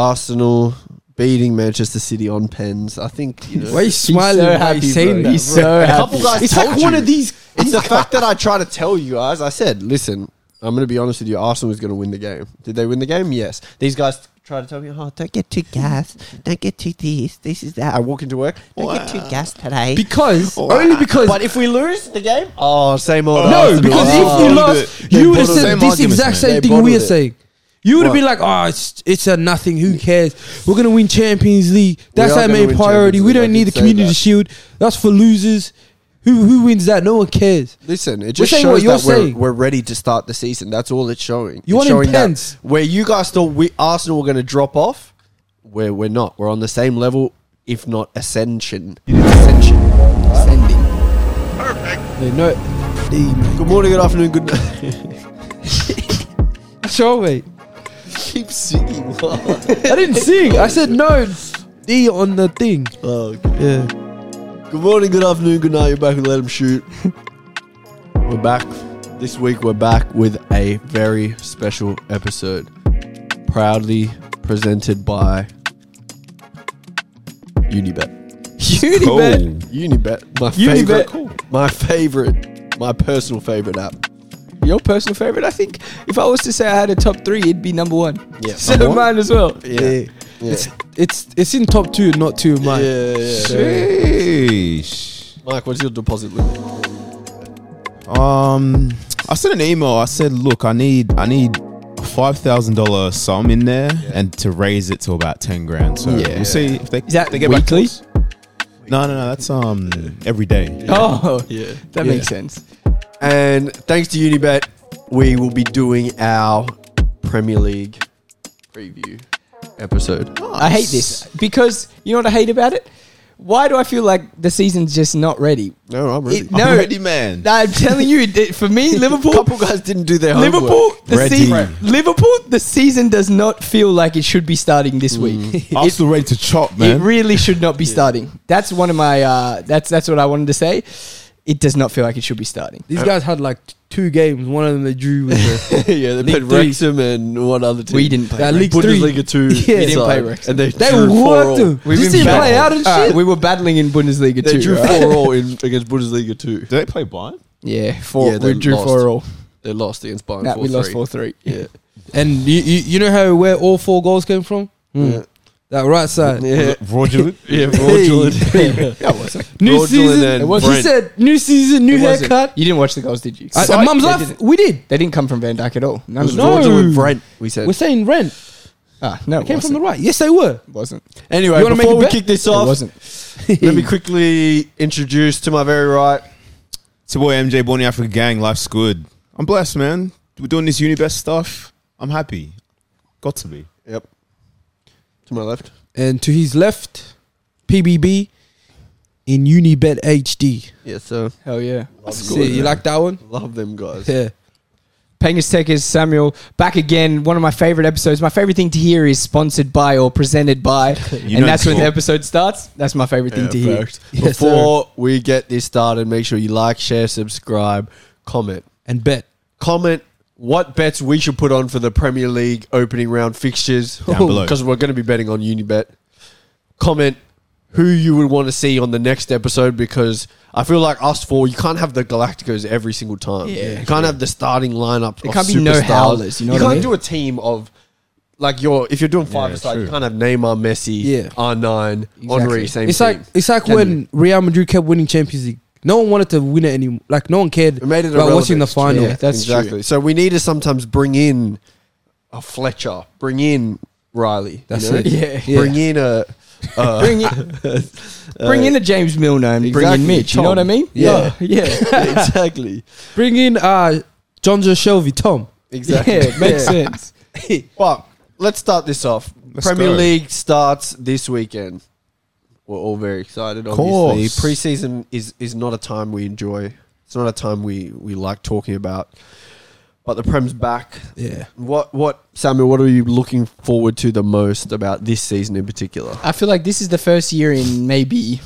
Arsenal beating Manchester City on pens. I think you know, Why are you smiling? so Why are you happy, saying bro. that, He's bro? so a couple happy. guys It's told like you. one of these. It's the fact that I try to tell you guys. I said, listen, I'm going to be honest with you. Arsenal is going to win the game. Did they win the game? Yes. These guys try to tell me, oh, don't get too gassed. Don't get too this. This is that. I walk into work. Don't get too gassed today. Because only because but if we lose the game, oh, same old. no, Arsenal. Oh. because if you bottled lost, it. They you would have bottled it. said Same this arguments, exact man. same They thing we are bottled it. saying. You would have What? been like, oh, it's, it's a nothing. Who cares? We're gonna win Champions League. That's are our gonna main win priority. Champions We League, I don't need did the say Community that. Shield. That's for losers. Who who wins that? No one cares. Listen, it just saying shows what you're that we're, saying. we're ready to start the season. That's all it's showing. it's You want showing intense. That where you guys thought we Arsenal were going to drop off, where we're not. We're on the same level, if not ascension. Ascension. Ascending. They know. Good morning, good afternoon, good night. Sure, mate. Keep singing. Oh, I didn't sing. I said no. D on the thing. oh, okay. Yeah. Good morning, good afternoon, good night. You're back with Let 'Em Shoot. we're back. This week, we're back with a very special episode. Proudly presented by Unibet. Unibet. Cool. Oh. Unibet, my Unibet. favorite, my favorite, my personal favorite app. Your personal favorite, I think. If I was to say I had a top three, it'd be number one. Yeah. so Number one? mine as well. Yeah, yeah, It's it's it's in top two, not two of yeah. mine. yeah, yeah. Sheesh. Mike, what's your deposit limit? Um, I sent an email. I said, look, I need, I need. Five thousand dollar sum in there, and to raise it to about ten grand. So Yeah. we'll see if they Is that they get back to weekly? us. No, no, no. That's um every day. Oh, Yeah. that Yeah. makes sense. And thanks to Unibet, we will be doing our Premier League preview episode. I hate this because you know what I hate about it? Why do I feel like the season's just not ready? No, I'm ready. It- no. I'm ready, man. I'm telling you, it- for me, A Liverpool, couple guys didn't do their homework. Liverpool, the Ready. season, Liverpool, the season does not feel like it should be starting this Mm. week. I'm still ready to chop, It man. really should not be starting. That's one of my. Uh, that's that's what I wanted to say. It does not feel like it should be starting. These guys had like t- two games. One of them they drew with the yeah, they League played three. Wrexham and one other team. We didn't play. That Wrexham. League three. Bundesliga two. Yeah. We didn't play side, Wrexham. and they They drew four worked all. them. We've Just been didn't play battling. out and Alright, shit. we were battling in Bundesliga They too. drew right? four all in against Bundesliga two. Do they play Bayern? Yeah, four. Yeah, they we drew lost. four all. They lost against Bayern. Nah, we lost 4-3. four three. Yeah. and you, you, you know how where all four goals came from? Hmm. Yeah. That right side. Yeah. Fraudulent. Yeah, fraudulent. That wasn't. New Fraudulent and season. What she Brent. said. New season. New It wasn't. haircut. You didn't watch the goals, did you? Uh, I- Psych. Mum's They laugh. didn't- We did. They didn't come from Van Dyke at all. None of No. them. fraudulent Brent, we said. We're saying rent Ah, no, it came from wasn't. the right. Yes, they were. wasn't. Anyway, You wanna make before a we bet? kick this It off, wasn't. let me quickly introduce to my very right. It's your boy MJ Born in Africa gang. Life's good. I'm blessed, man. We're doing this Unibest stuff. I'm happy. Got to be. Yep. To my left. And to his left, PBB in Unibet HD. Yes, sir. Hell yeah. See, you like that one? Love them guys. Yeah. Pengus Tech is Samuel back again. One of my favorite episodes. My favorite thing to hear is sponsored by or presented by, You and know that's it's when the cool. episode starts. That's my favorite thing to Yeah, hear. facts. Yes, sir. Before we get this started, make sure you like, share, subscribe, comment. And bet. Comment what bets we should put on for the Premier League opening round fixtures. Down below. Because we're going to be betting on Unibet. Comment who you would want to see on the next episode because I feel like us four, you can't have the Galacticos every single time. Yeah. you can't have the starting lineup. There of can't be no superstars. howlers, you know what I can't mean? do a team of like your if you're doing five aside, you true. can't have Neymar, Messi, Yeah. R9, Henri. Same. It's team. like it's like Can when Real Madrid kept winning Champions League. No one wanted to win it anymore. Like no one cared It made it about what's in the irrelevant. final. Yeah, that's true. exactly. So we need to sometimes bring in a Fletcher, bring in Riley. That's you know? it. Yeah. Yeah. Bring in a. Uh, Bring in, bring in a James Milner and bring exactly, in Mitch. You know Tom. what I mean? Yeah. yeah, exactly. Bring in uh John Joe Shelby, Tom. Exactly. yeah. Makes sense. But let's start this off. Let's Premier go. League starts this weekend. We're all very excited, obviously. course. Preseason is is not a time we enjoy. It's not a time we, we like talking about. But the Prem's back. Yeah. What what Samuel, what are you looking forward to the most about this season in particular? I feel like this is the first year in maybe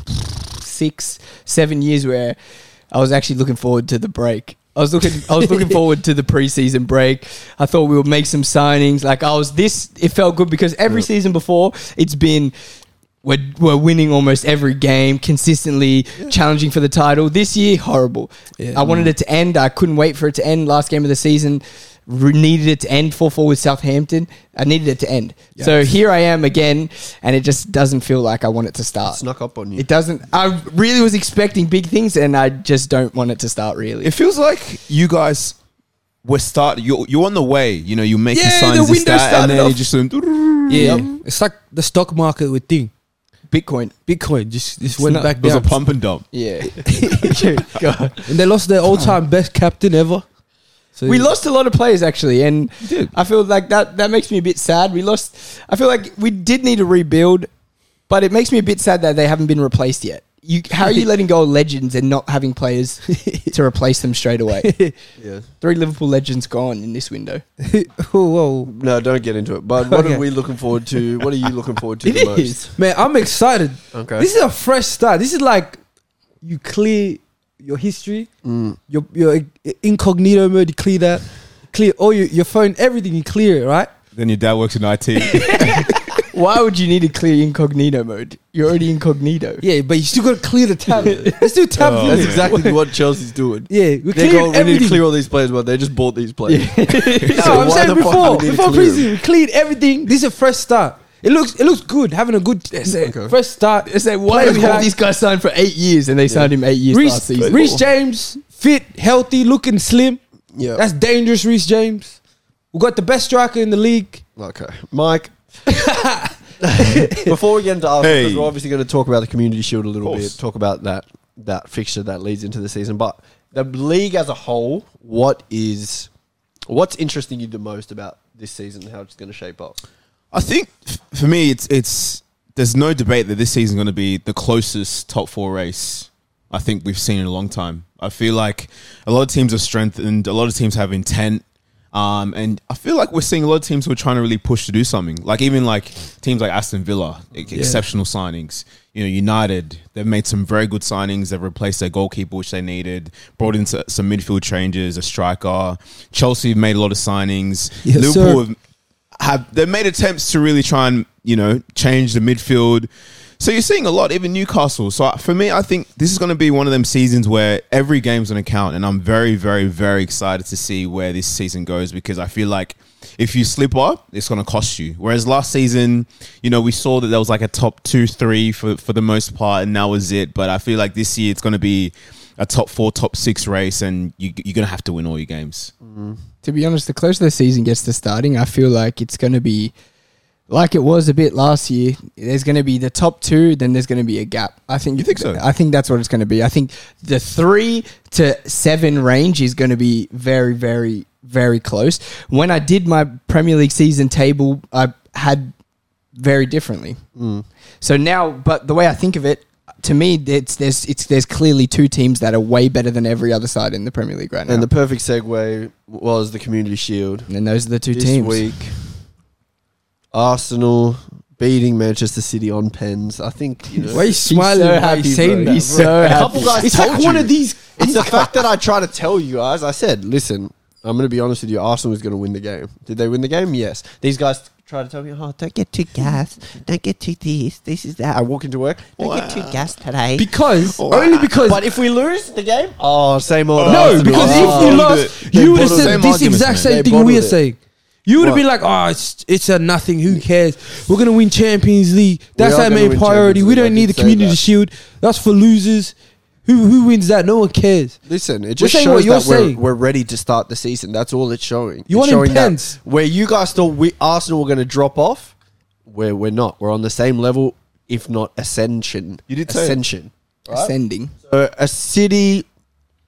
six, seven years where I was actually looking forward to the break. I was looking. I was looking forward to the preseason break. I thought we would make some signings. Like I was this. It felt good because every season before, it's been we're we're winning almost every game consistently, challenging for the title. This year, horrible. I wanted it to end. I couldn't wait for it to end. Last game of the season, re- needed it to end. Four four with Southampton. I needed it to end. So here I am again, and it just doesn't feel like I want it to start. Snuck up on you. It doesn't. I really was expecting big things, and I just don't want it to start. Really, It feels like you guys were start. You're, you're on the way. You know, you're making Yeah, signs. the this, window that, and started then off- it just went- Yeah, Um, it's like the stock market with thing. Bitcoin. Bitcoin just just went not- back It was down, a pump and dump. Yeah, and they lost their all-time best captain ever. So we lost a lot of players actually, and I feel like that that makes me a bit sad. We lost. I feel like we did need to rebuild, but it makes me a bit sad that they haven't been replaced yet. You, how are you letting go of legends and not having players to replace them straight away? yeah. Three Liverpool legends gone in this window. Whoa, whoa. No, don't get into it. But what Okay. are we looking forward to? What are you looking forward to It the is. most? Man, I'm excited. Okay. This is a fresh start. This is like you clear your history, your your incognito mode, you clear that, clear all your, your phone, everything, you clear it, right? Then your dad works in IT. Why would you need to clear incognito mode? You're already incognito. Yeah, but you still gotta clear the tab. Let's do tab Oh, That's viewing. exactly what Chelsea's doing. Yeah, we're They're going, we clearing need to everything. clear all these players, but they just bought these players. No, So I'm why saying the fuck before, do we need to before clear preseason, we cleared everything. This is a fresh start. It looks, it looks good. Having a good Okay. fresh start. It's like, why Players did we have back. these guys signed for eight years and they signed him eight years last Reece, season? Reece James, fit, healthy, looking slim. Yeah. That's dangerous, Reese James. We got the best striker in the league. Okay, Mike. Before we get into Arsenal, because Hey. we're obviously going to talk about the Community Shield a little Of bit, course. talk about that that fixture that leads into the season. But the league as a whole, what is what's interesting you the most about this season and how it's going to shape up? I think f- for me, it's it's there's no debate that this season's going to be the closest top four race I think we've seen in a long time. I feel like a lot of teams are strengthened, a lot of teams have intent, um, and I feel like we're seeing a lot of teams who are trying to really push to do something. Like even like teams like Aston Villa, e- exceptional signings. You know, United they've made some very good signings. They've replaced their goalkeeper, which they needed. Brought in s- some midfield changes, a striker. Chelsea have made a lot of signings. Yes, Liverpool sir. have have they made attempts to really try and you know change the midfield. So you're seeing a lot, even Newcastle. So I- for me, I think this is going to be one of them seasons where every game's going to count, and I'm very, very, very excited to see where this season goes because I feel like if you slip up, it's going to cost you. Whereas last season, you know, we saw that there was like a top two, three for for the most part, and that was it. But I feel like this year it's going to be a top four, top six race, and you, you're going to have to win all your games. to be honest, the closer the season gets to starting, I feel like it's going to be like it was a bit last year. There's going to be the top two, then there's going to be a gap. I think. You think so? I think that's what it's going to be. I think the three to seven range is going to be very, very, very close. When I did my Premier League season table, I had very differently. So now, but the way I think of it. To me, it's, there's it's there's clearly two teams that are way better than every other side in the Premier League right now, And and, the perfect segue was the Community Shield then those are the two this teams. week. Arsenal beating Manchester City on pens. I think you know. Why are you smiling? so Why are happy, you saying bro. that? He's bro? so A happy. couple guys It's told like one you. of these. It's the fact that I try to tell you guys. I said, listen, I'm going to be honest with you. Arsenal was going to win the game. Did they win the game? Yes. These guys try to tell me, oh, don't get too gassed. Don't get too this. This is that. I walk into work. Don't get too gassed today. Because only because but if we lose the game, oh, same old. no, Arsenal. because Oh. if you They lost, bottled you would have it. said Same this argument, exact man. same They thing bottled we're it. saying. You would have What? been like, "Oh, it's it's a nothing. Who cares? We're gonna win Champions League. That's are our gonna main win priority. Champions We League. I don't need the did say Community that. Shield. That's for losers. Who who wins that? No one cares. Listen, it just saying shows what you're that we're, saying. we're ready to start the season. That's all it's showing. it's You want showing that intense. where you guys thought we Arsenal were going to drop off. Where we're not. We're on the same level, if not ascension. You did say it. ascension. ascending. Uh, a City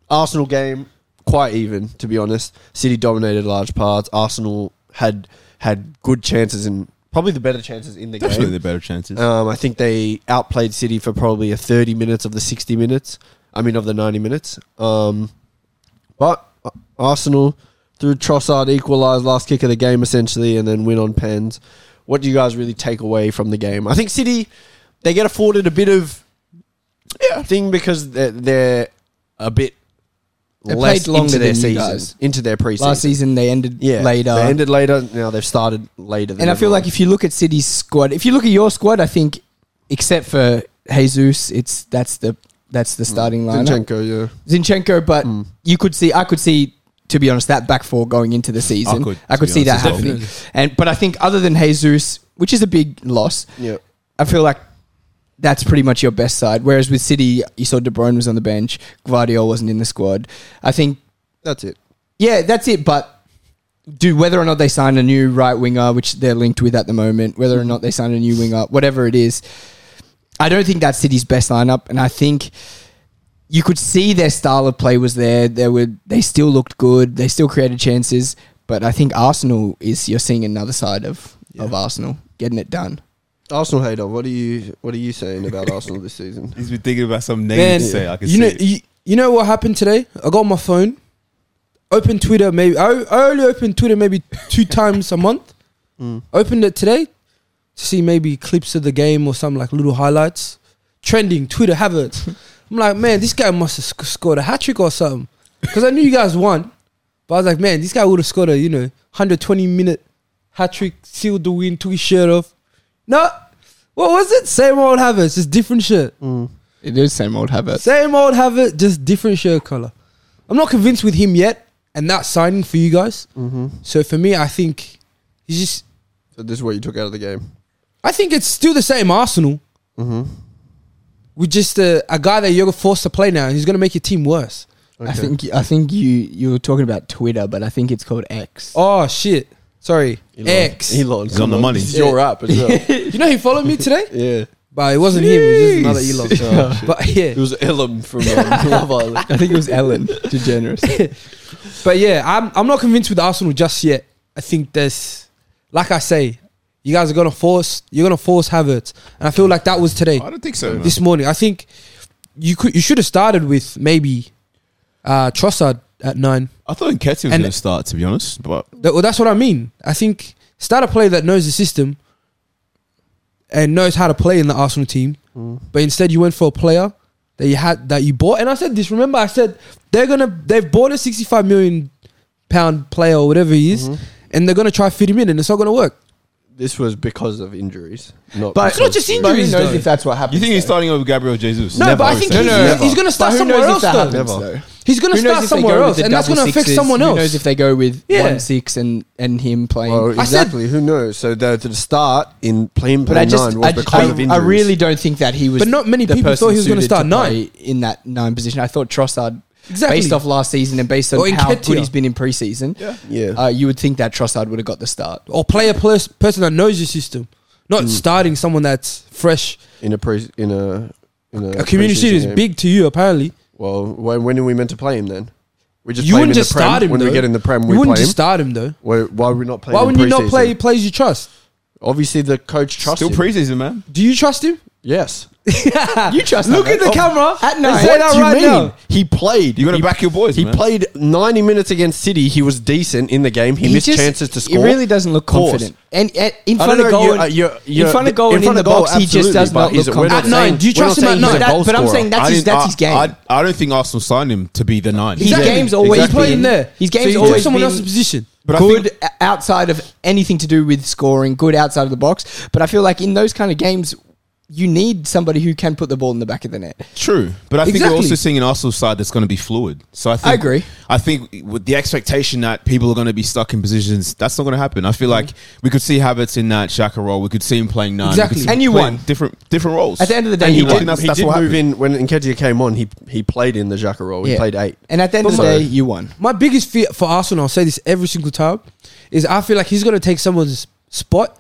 Arsenal game quite even to be honest. City dominated large parts. Arsenal had had good chances and probably the better chances in the Definitely the game. better chances. Um, I think they outplayed City for probably a 30 minutes of the 60 minutes. I mean of the 90 minutes. Um, but uh, Arsenal through Trossard equalised last kick of the game essentially, and then win on pens. What do you guys really take away from the game? I think City they get afforded a bit of thing because they're, they're a bit They less played longer into their than you season, guys. into their preseason. Last season they ended yeah, later. They ended later. Now they've started later. Than and I feel like if you look at City's squad, if you look at your squad, I think except for Jesus, it's that's the that's the starting line. Zinchenko, Zinchenko, but you could see, I could see, to be honest, that back four going into the season. I could, could, to be see that honest, as well. happening. And but I think other than Jesus, which is a big loss, yeah, yeah. I feel like that's pretty much your best side. Whereas with City, you saw De Bruyne was on the bench, Guardiola wasn't in the squad. I think, That's it. yeah, that's it. But do whether or not they sign a new right winger, which they're linked with at the moment, whether or not they sign a new winger, whatever it is, I don't think that's City's best lineup, and I think you could see their style of play was there. They were they still looked good. They still created chances, but I think Arsenal is you're seeing another side of of Arsenal getting it done. Arsenal hater, what are you what are you saying about Arsenal this season? He's been thinking about some name Man, to say. I can you see know, it. you, you know what happened today? I got on my phone, opened Twitter. Maybe I, I only open Twitter maybe two times a month. Mm. Opened it today to see maybe clips of the game or some like little highlights. Trending Twitter havertz. I'm like, man, this guy must have sc- scored a hat trick or something because I knew you guys won, but I was like, man, this guy would have scored a you know 120 minute hat trick, sealed the win, took his shirt off. No, what was it? Same old Havertz, just different shirt. It is same old habit. Same old Havertz, just different shirt color. I'm not convinced with him yet, and that's signing for you guys. mm-hmm. So for me, I think he's just. So this is what you took out of the game. I think it's still the same Arsenal Mm-hmm. with just a, a guy that you're forced to play now, and he's going to make your team worse. Okay. I think I think you you were talking about Twitter, but I think it's called X. Oh shit! Sorry, Elon. X. Elon, He's on the money. You're up as well. You know he followed me today, yeah, but it wasn't him. It was just another Elon. Oh, shit. But yeah, it was Elam from um, Love Island. I think it was Ellen DeGeneres. But yeah, I'm I'm not convinced with Arsenal just yet. I think there's, like I say, you guys are gonna force you're gonna force Havertz, and I feel like that was today, I don't think Uh, so. man. this morning. I think you could you should have started with maybe uh, Trossard at nine. I thought Nketiah was And- going to start, to be honest. But That, well, that's what I mean. I think start a player that knows the system and knows how to play in the Arsenal team, Mm. but instead you went for a player that you had that you bought. And I said this. Remember, I said they're gonna they've bought a sixty-five million pound player or whatever he is, Mm-hmm. and they're gonna try to fit him in, and it's not gonna work. This was because of injuries, not But It's not just but who injuries, knows though. if that's what happens? you think he's though? starting over Gabriel Jesus? No, but I think No, he's, no, he's gonna start But who somewhere knows if else that though. happens, Never. though? He's gonna Who knows start if they go somewhere with else, the and that's double gonna affect sixes? someone else. Who knows if they go with Yeah. one six and and him playing? Well, I said- exactly. Who knows? So the, the start in playing but play I just nine was I, because I- of injuries. I really don't think that he was. But not many the people person thought he was gonna suited start play in that nine position. I thought Trossard. Exactly. Based off last season and based on Or how Nketiah. good he's been in preseason, Yeah. Yeah. uh, you would think that Trossard would have got the start. or play a pers- person that knows your system, not Hmm. starting someone that's fresh. in a pre in a in a, A community preseason is game. big to you, apparently. Well, when, when are we meant to play him then? We just play You him wouldn't in just the prem. start him when though. we get in the prem. You we wouldn't play him. just start him though. why, why are we not playing? Why in wouldn't you not preseason? play players you trust? Obviously, the coach trusts Still him. preseason, man. Do you trust him? yes. You trust Look that, at the mate. camera at and nine. say that do you right mean? now. He played. You got to He- back your boys. He man. played 90 minutes against City. He was decent in the game. He, missed just- chances to he score. really doesn't look Course. confident. And, and in I front don't of know, goal, you're- uh, you're- in you're- front of goal, and in front the of goal, box, he absolutely, just does but not he's look a- we're not confident. At nine, saying- do you we're not trust him at saying he's nine? a That- goal but I'm scorer. saying that's I his didn't- that's I- his game. I, I don't think Arsenal signed him to be the nine. His Exactly. game's always He's playing been- there. His game's so you always took someone been- else's position. But I good o- outside of anything to do with scoring, good outside of the box. But I feel like in those kind of games, you need somebody who can put the ball in the back of the net. True, but I think Exactly. we're also seeing an Arsenal side that's going to be fluid. So I think I agree. I think with the expectation that people are going to be stuck in positions, that's not going to happen. I feel like we could see Havertz in that Shaka role. We could see him playing nine. We could Exactly. see him And you playing won. different different roles. At the end of the day, And he you won. won. That's, he that's did what move happened. in when Nketiah came on. He he played in the Xhaka role. He Yeah. played eight. And at the end of So- the day, you won. My biggest fear for Arsenal, I'll say this every single time, is I feel like he's gonna take someone's spot,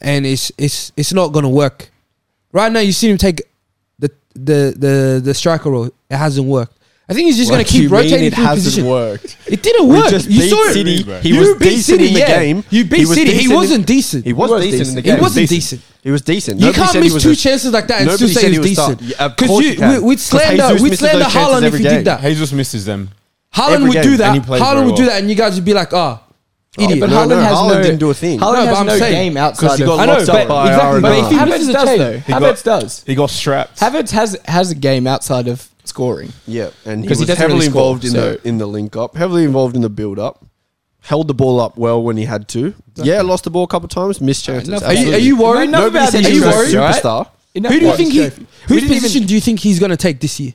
and it's it's it's not gonna work. Right now, you see him take the the the the striker role. It hasn't worked. I think he's just What gonna do keep you mean rotating it through hasn't position. worked. It didn't We work. just you beat saw it. City. He you was beat decent City in the yeah. game. You beat He was City. He decent in- wasn't decent. He was, decent, in the He game. wasn't decent. He was decent. You Nobody can't said he miss was two a- chances like that and Nobody still say said he's he was decent. start- Yeah, of 'Cause course you- you can. we- we'd 'Cause slander- Jesus we'd misses slander those chances Haaland if every he did game. that. Jesus misses them. Haaland Every would game, do and that. he plays Haaland very would do well. that, and you guys would be like, "Ah, Oh, idiot." but No, Haaland no, has Haaland no- didn't do a thing. Haaland No, but has I'm no saying- game 'Cause outside he of got I know, locked but up by exactly, R&R. But if he Havertz misses does does though. though, He got- Havertz does. He got strapped. Havertz has has a game outside of scoring. Yeah, and he 'Cause was he doesn't heavily really score, involved in so- the in the link up, heavily involved in the build up, held the ball up well when he had to. Yeah, lost the ball a couple of times, missed chances. enough- Are you, are absolutely. you worried? Ah, Nobody Nobody about said said that. are you He's a worried? right? Superstar. Who do you think he? We Whose didn't even- position do you think he's going to take this year?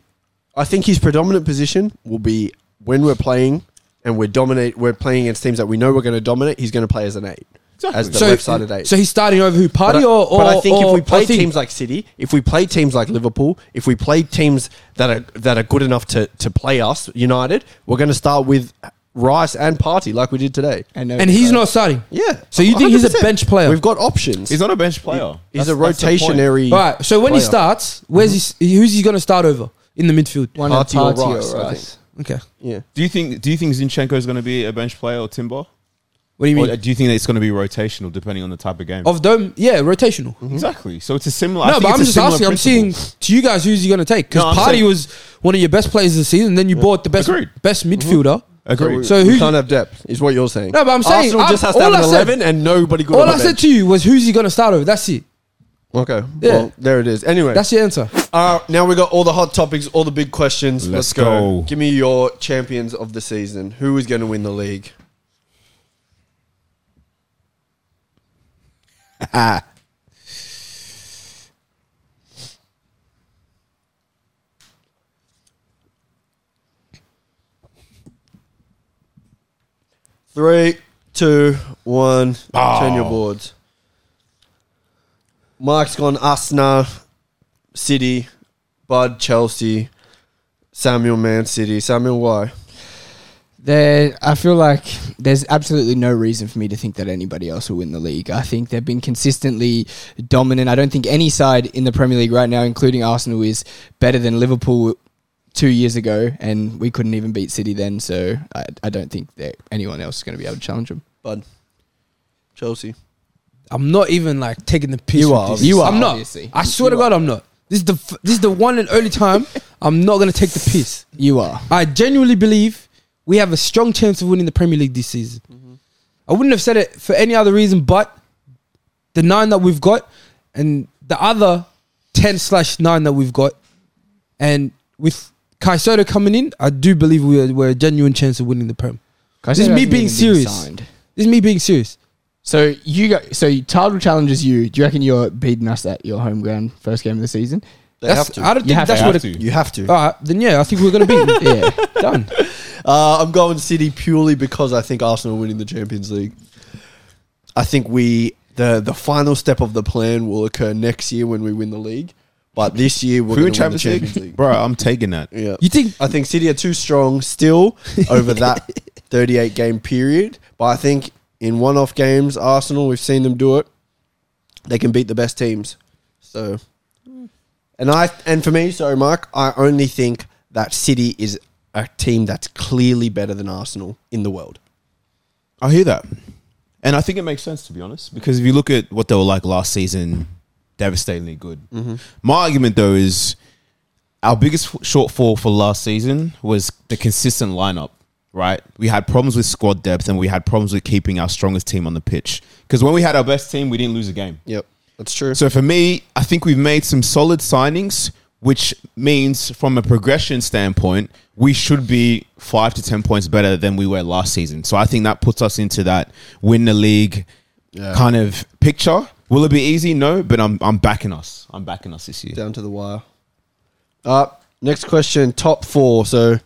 I think his predominant position will be when we're playing and we're dominate. We're playing against teams that we know we're going to dominate. He's going to play as an eight, as the left sided eight. so he's starting over who? but, Party I, or, or? but I think or- if we play I think- teams like City, if we play teams like Liverpool, if we play teams that are that are good enough to to play us, United, we're going to start with Rice and Party like we did today. and he's not starting. Yeah. So you think he's a 100%. bench player? We've got options. He's not a bench player. He's a That's- that's the point. rotationary. All right. So when he player. starts, where's he? Who's he going to start over in the midfield? one Party or of Party Rice, or I Rice. Okay. Yeah. Do you think? Do you think Zinchenko is going to be a bench player or Timber? What do you mean? Or do you think that it's going to be rotational depending on the type of game? Mm-hmm. of them, yeah, rotational. exactly. So it's a similar. I No, think but it's I'm a just similar asking. I'm principle. seeing to you guys who's he going to take No, because I'm Party saying- was one of your best players this season. Then you bought the best Agreed. best Mm-hmm. midfielder. Agreed. So So who who- can't have depth is what you're saying. No, but I'm saying- Arsenal just I'm- has to all have an I said- eleven and nobody good. All on I the said bench. to you was who's he going to start over? That's it. Okay. Yeah. Well, there it is. Anyway, That's your answer. uh, now we got all the hot topics, all the big questions. Let's, Let's go. go. Give me your champions of the season. Who is going to win the league? Three, two, one. Turn your boards. Mike's gone Arsenal, City, Bud, Chelsea, Samuel, Man City. Samuel, why? There, I feel like there's absolutely no reason for me to think that anybody else will win the league. I think they've been consistently dominant. I don't think any side in the Premier League right now, including Arsenal, is better than Liverpool two years ago, and we couldn't even beat City then. So I, I don't think that anyone else is going to be able to challenge them. Bud. Chelsea. I'm not even like taking the piss. You with are, this. obviously. You are, I'm not. obviously. I swear to You are. God, I'm not. This is the f- this is the one and only time I'm not going to take the piss. You are. I genuinely believe we have a strong chance of winning the Premier League this season. Mm-hmm. I wouldn't have said it for any other reason but the nine that we've got and the other ten slash nine that we've got, and with Kaisoto coming in, I do believe we are, we're a genuine chance of winning the Prem. This is me being serious. This is me being serious. So you go. So title challenges you. Do you reckon you're beating us at your home ground first game of the season? They That's, have to. I don't You think have that's to. what. They It, have you have to. all right, then yeah, I think we're gonna beat. them. Yeah. Done. Uh, I'm going City purely because I think Arsenal winning the Champions League. I think we the the final step of the plan will occur next year when we win the league, but this year we're going If we win to win the Champions League, Champions League. bro, I'm taking that. Yeah. You think? I think City are too strong still over that 38 game period, but I think in one off games, Arsenal, we've seen them do it. They can beat the best teams. So, and I and for me, sorry, Mark, I only think that City is a team that's clearly better than Arsenal in the world. I hear that. And I think it makes sense, to be honest, because if you look at what they were like last season, devastatingly good. My argument, though, is our biggest f- shortfall for last season was the consistent lineup, right? We had problems with squad depth and we had problems with keeping our strongest team on the pitch. Because when we had our best team, we didn't lose a game. Yep, that's true. So for me, I think we've made some solid signings, which means from a progression standpoint, we should be five to ten points better than we were last season. So I think that puts us into that win the league kind of picture. Will it be easy? No, but I'm I'm backing us. I'm backing us this year. down to the wire. Uh, next question, top four. So,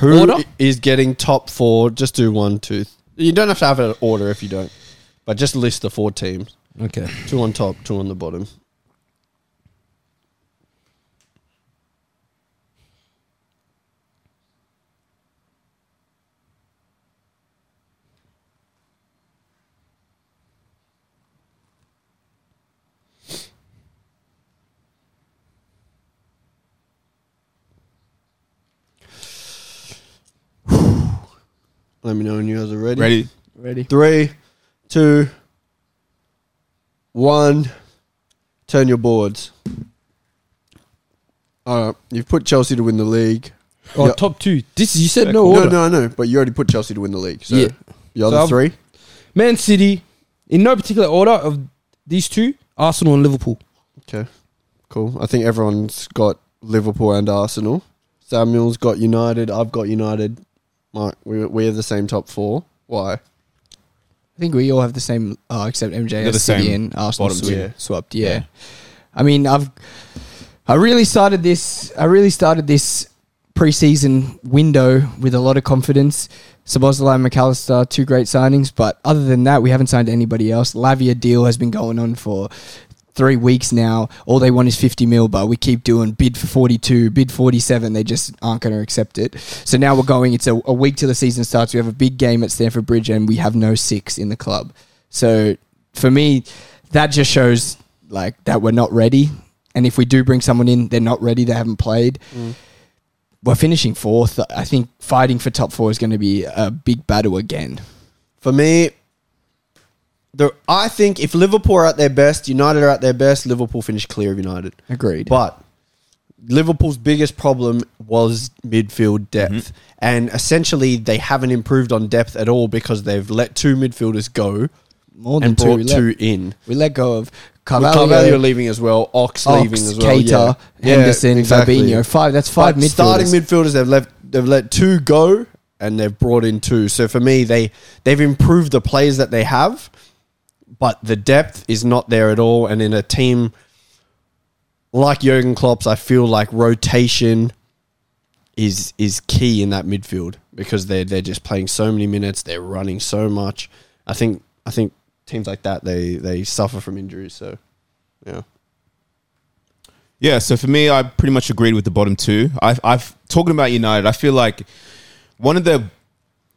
who is Order? getting top four? Just do one, two. th- You don't have to have an order if you don't, but just list the four teams: Okay. two on top, two on the bottom. Let me know when you guys are ready. Ready? Ready. Three, two, one. Turn your boards. All right, you've put Chelsea to win the league. Or Yeah. top two. This you said no No, order. no, I know, but you already put Chelsea to win the league. So Yeah. the other So I've- three. Man City, in no particular order of these two, Arsenal and Liverpool. Okay, Cool. I think everyone's got Liverpool and Arsenal. Samuel's got United. I've got United. Mike, we we're the same top four. Why? I think we all have the same, uh, except MJ. They're the The same same and Arsenal bottom sw- two. swapped. Yeah. I mean, I've I really started this. I really started this preseason window with a lot of confidence. Sabozala and McAllister, two great signings, but other than that, we haven't signed anybody else. Lavia deal has been going on for three weeks now. All they want is 50 mil, but we keep doing bid for 42, bid 47. They just aren't going to accept it. So now we're going, it's a, a week till the season starts. We have a big game at Stamford Bridge and we have no six in the club. So for me, that just shows like that we're not ready. And if we do bring someone in, they're not ready. They haven't played. Mm. We're finishing fourth. I think fighting for top four is going to be a big battle again. For me, the I think if Liverpool are at their best, United are at their best. Liverpool finish clear of United. Agreed. But Liverpool's biggest problem was midfield depth. And essentially, they haven't improved on depth at all because they've let two midfielders go more than and brought two, two left. in. We let go of Carvalho, Carvalho, leaving as well. Ox, Ox, leaving as well. Keita, yeah. Yeah, Henderson, exactly. Fabinho. Five. That's five But midfielders. Starting midfielders, they've left. They've let two go, and they've brought in two. So for me, they they've improved the players that they have, but the depth is not there at all. And in a team like Jurgen Klopp's, I feel like rotation is is key in that midfield because they they're just playing so many minutes, they're running so much. I think I think teams like that they they suffer from injuries. So yeah, Yeah, so for me, I pretty much agreed with the bottom two. I've, I've talking about United. I feel like one of the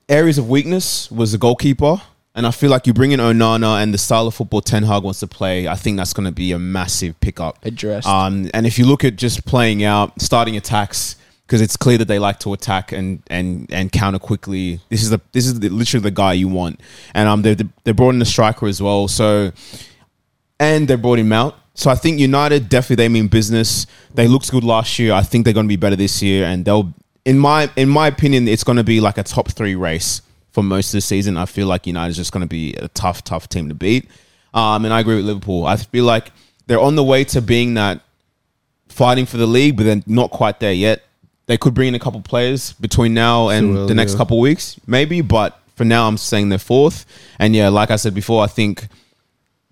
areas of weakness was the goalkeeper, and I feel like you bring in Onana and the style of football Ten Hag wants to play. I think that's going to be a massive pickup. Addressed. Um, and if you look at just playing out, starting attacks, because it's clear that they like to attack and and and counter quickly. This is the this is the, literally the guy you want. And um, they they brought in a striker as well. So and they brought him out. So I think United definitely they mean business. They looked good last year. I think they're going to be better this year, and they'll in my in my opinion it's going to be like a top three race for most of the season. I feel like United's just going to be a tough tough team to beat. Um, and I agree with Liverpool. I feel like they're on the way to being that fighting for the league, but then not quite there yet. They could bring in a couple players between now and early, the next yeah. couple weeks, maybe. But for now, I'm saying they're fourth. And yeah, like I said before, I think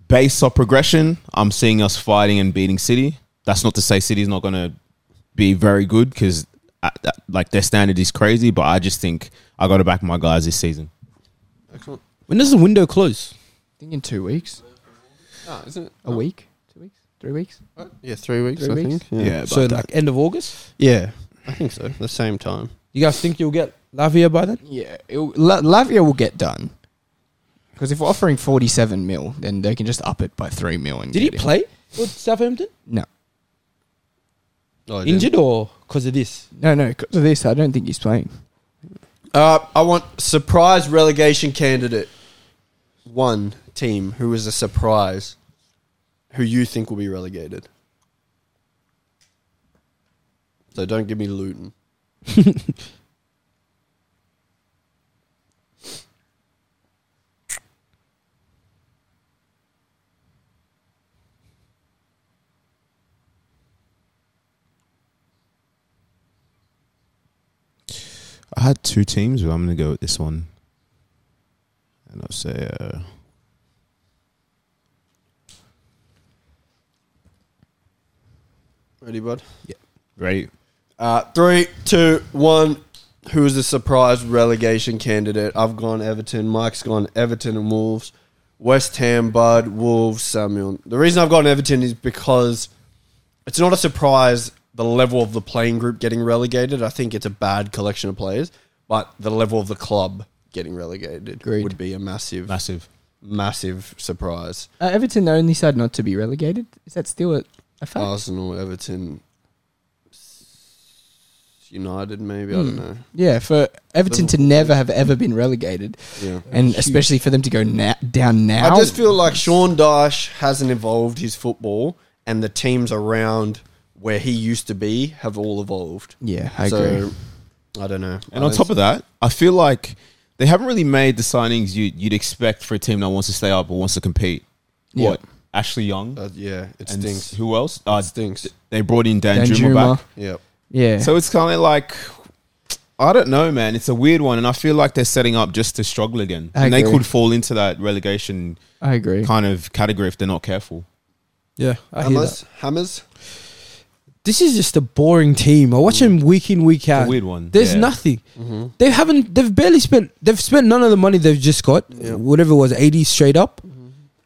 based off progression, I'm seeing us fighting and beating City. That's not to say City's not going to be very good because like their standard is crazy. But I just think I got to back my guys this season. excellent. When does the window close? I think in two weeks, Ah, isn't it? a week, two weeks, three weeks. Yeah, three weeks. Three I weeks? think. so like end of August. Yeah, I think so. The same time. You guys think you'll get Lavia by then? Yeah, it'll- La- Lavia will get done. Because if we're offering forty-seven mil, then they can just up it by three mil. And Did he get him. play for Southampton? No, Injured or because of this? no, no. Because of this, I don't think he's playing. Uh, I want surprise relegation candidate. One team who is a surprise, who you think will be relegated. So don't give me Luton. I had two teams, but I'm going to go with this one. And I'll say, uh, Ready, bud? right. Uh, three, two, one. Who is the surprise relegation candidate? I've gone Everton. Mike's gone Everton and Wolves. West Ham, Bud, Wolves, Samuel. The reason I've gone Everton is because it's not a surprise the level of the playing group getting relegated. I think it's a bad collection of players, but the level of the club getting relegated Agreed. would be a massive, Massive. massive surprise. Uh, Everton, the only side not to be relegated. Is that still a, a fact? Arsenal, Everton, United, maybe. I don't know. yeah, for Everton to never have ever been relegated, Yeah. and especially for them to go na- down now. I just feel like Sean Dyche hasn't evolved his football, and the teams around where he used to be have all evolved. Yeah, I so, agree. I don't know. And on top of that, I feel like they haven't really made the signings you, you'd expect for a team that wants to stay up or wants to compete. Yeah. What? Ashley Young, Uh, yeah, it and stinks. who else? Uh, It stinks. they brought in Dan, Dan Juma, Juma. back. Yep. Yeah. So it's kind of like I don't know, man. It's a weird one, and I feel like they're setting up just to struggle again, I and they agree. could fall into that relegation I agree. kind of category if they're not careful. Yeah, I hear that. Hammers. Hammers. This is just a boring team. I watch Mm. them week in, week It's out. a weird one. There's Yeah. nothing. They haven't. They've barely spent. They've spent none of the money they've just got. Whatever it was, eighty straight up.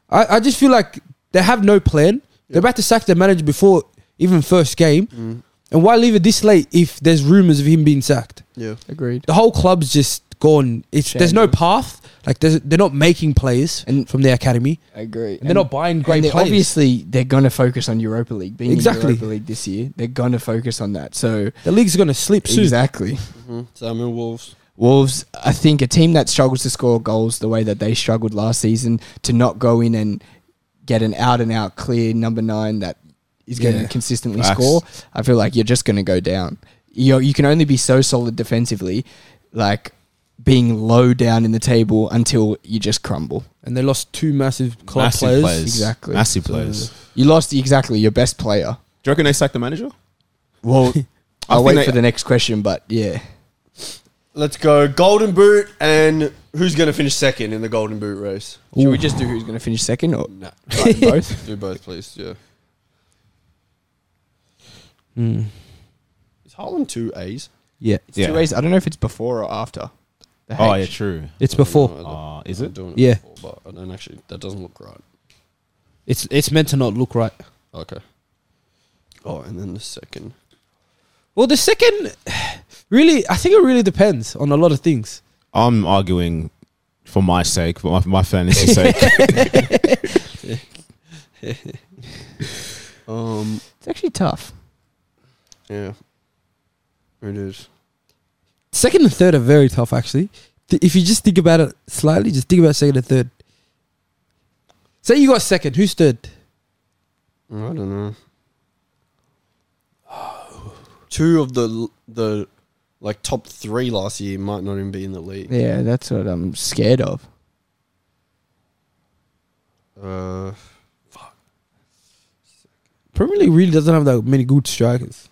I, I just feel like they have no plan. They're about to sack their manager before even first game. And why leave it this late if there's rumors of him being sacked? Yeah. Agreed. The whole club's just gone. It's there's no path. Like there's, they're not making players And- from their academy. I agree. And they're not buying great and they- players. Obviously, they're going to focus on Europa League. Being Exactly. in Europa League this year, they're going to focus on that. So The league's gonna slip soon. exactly, So I'm in Wolves. Wolves. I think a team that struggles to score goals the way that they struggled last season to not go in and get an out and out clear number nine that is going to Yeah. consistently Facts. score. I feel like you're just going to go down. You you can only be so solid defensively, like being low down in the table until you just crumble. And they lost two massive club Massive players. exactly. Massive So- players. Do You lost exactly your best player. you reckon they sacked the manager? Well, I'll think wait they- for the next question, but yeah. Let's go. Golden Boot and who's going to finish second in the Golden Boot race? Should we just do who's going to finish second or Nah. both? Do both, please. Yeah. Mm. Is Haaland two A's? Yeah. It's Yeah. two ways. I don't know if it's before or after. The Oh yeah, H. true. It's before. Uh, is it? Doing Yeah. Before, but I don't actually. That doesn't look right. It's it's meant to not look right. Okay. Oh, and then the second. Well, the second, really, I think it really depends on a lot of things. I'm arguing for my sake, for my, for my fantasy's sake. Um. It's actually tough. Yeah. It is. Second and third are very tough, actually. Th- If you just think about it slightly, just think about second and third. Say you got second, who's third? I don't know. Two of the l- the like top three last year might not even be in the league. Yeah, that's what I'm scared of. Uh, Premier League really doesn't have that many good strikers.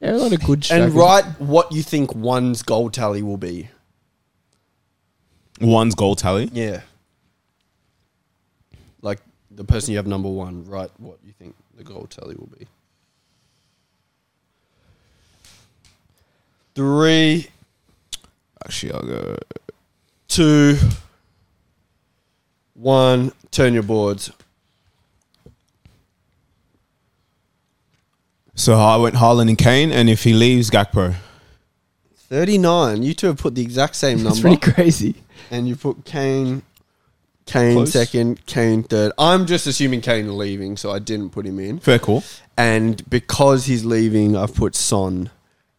There are a lot of good and strikers. write what you think one's goal tally will be. One's goal tally. Yeah. Like the person you have number one, write what you think the goal tally will be. Three, Actually, I'll go. two, one. Turn your boards. So I went Haaland and Kane, and if he leaves, Gakpo. 39. You two have put the exact same It's number. pretty crazy. and you put Kane, Kane Close. second, Kane third. I'm just assuming Kane leaving, so I didn't put him in. Fair call. And because he's leaving, I've put Son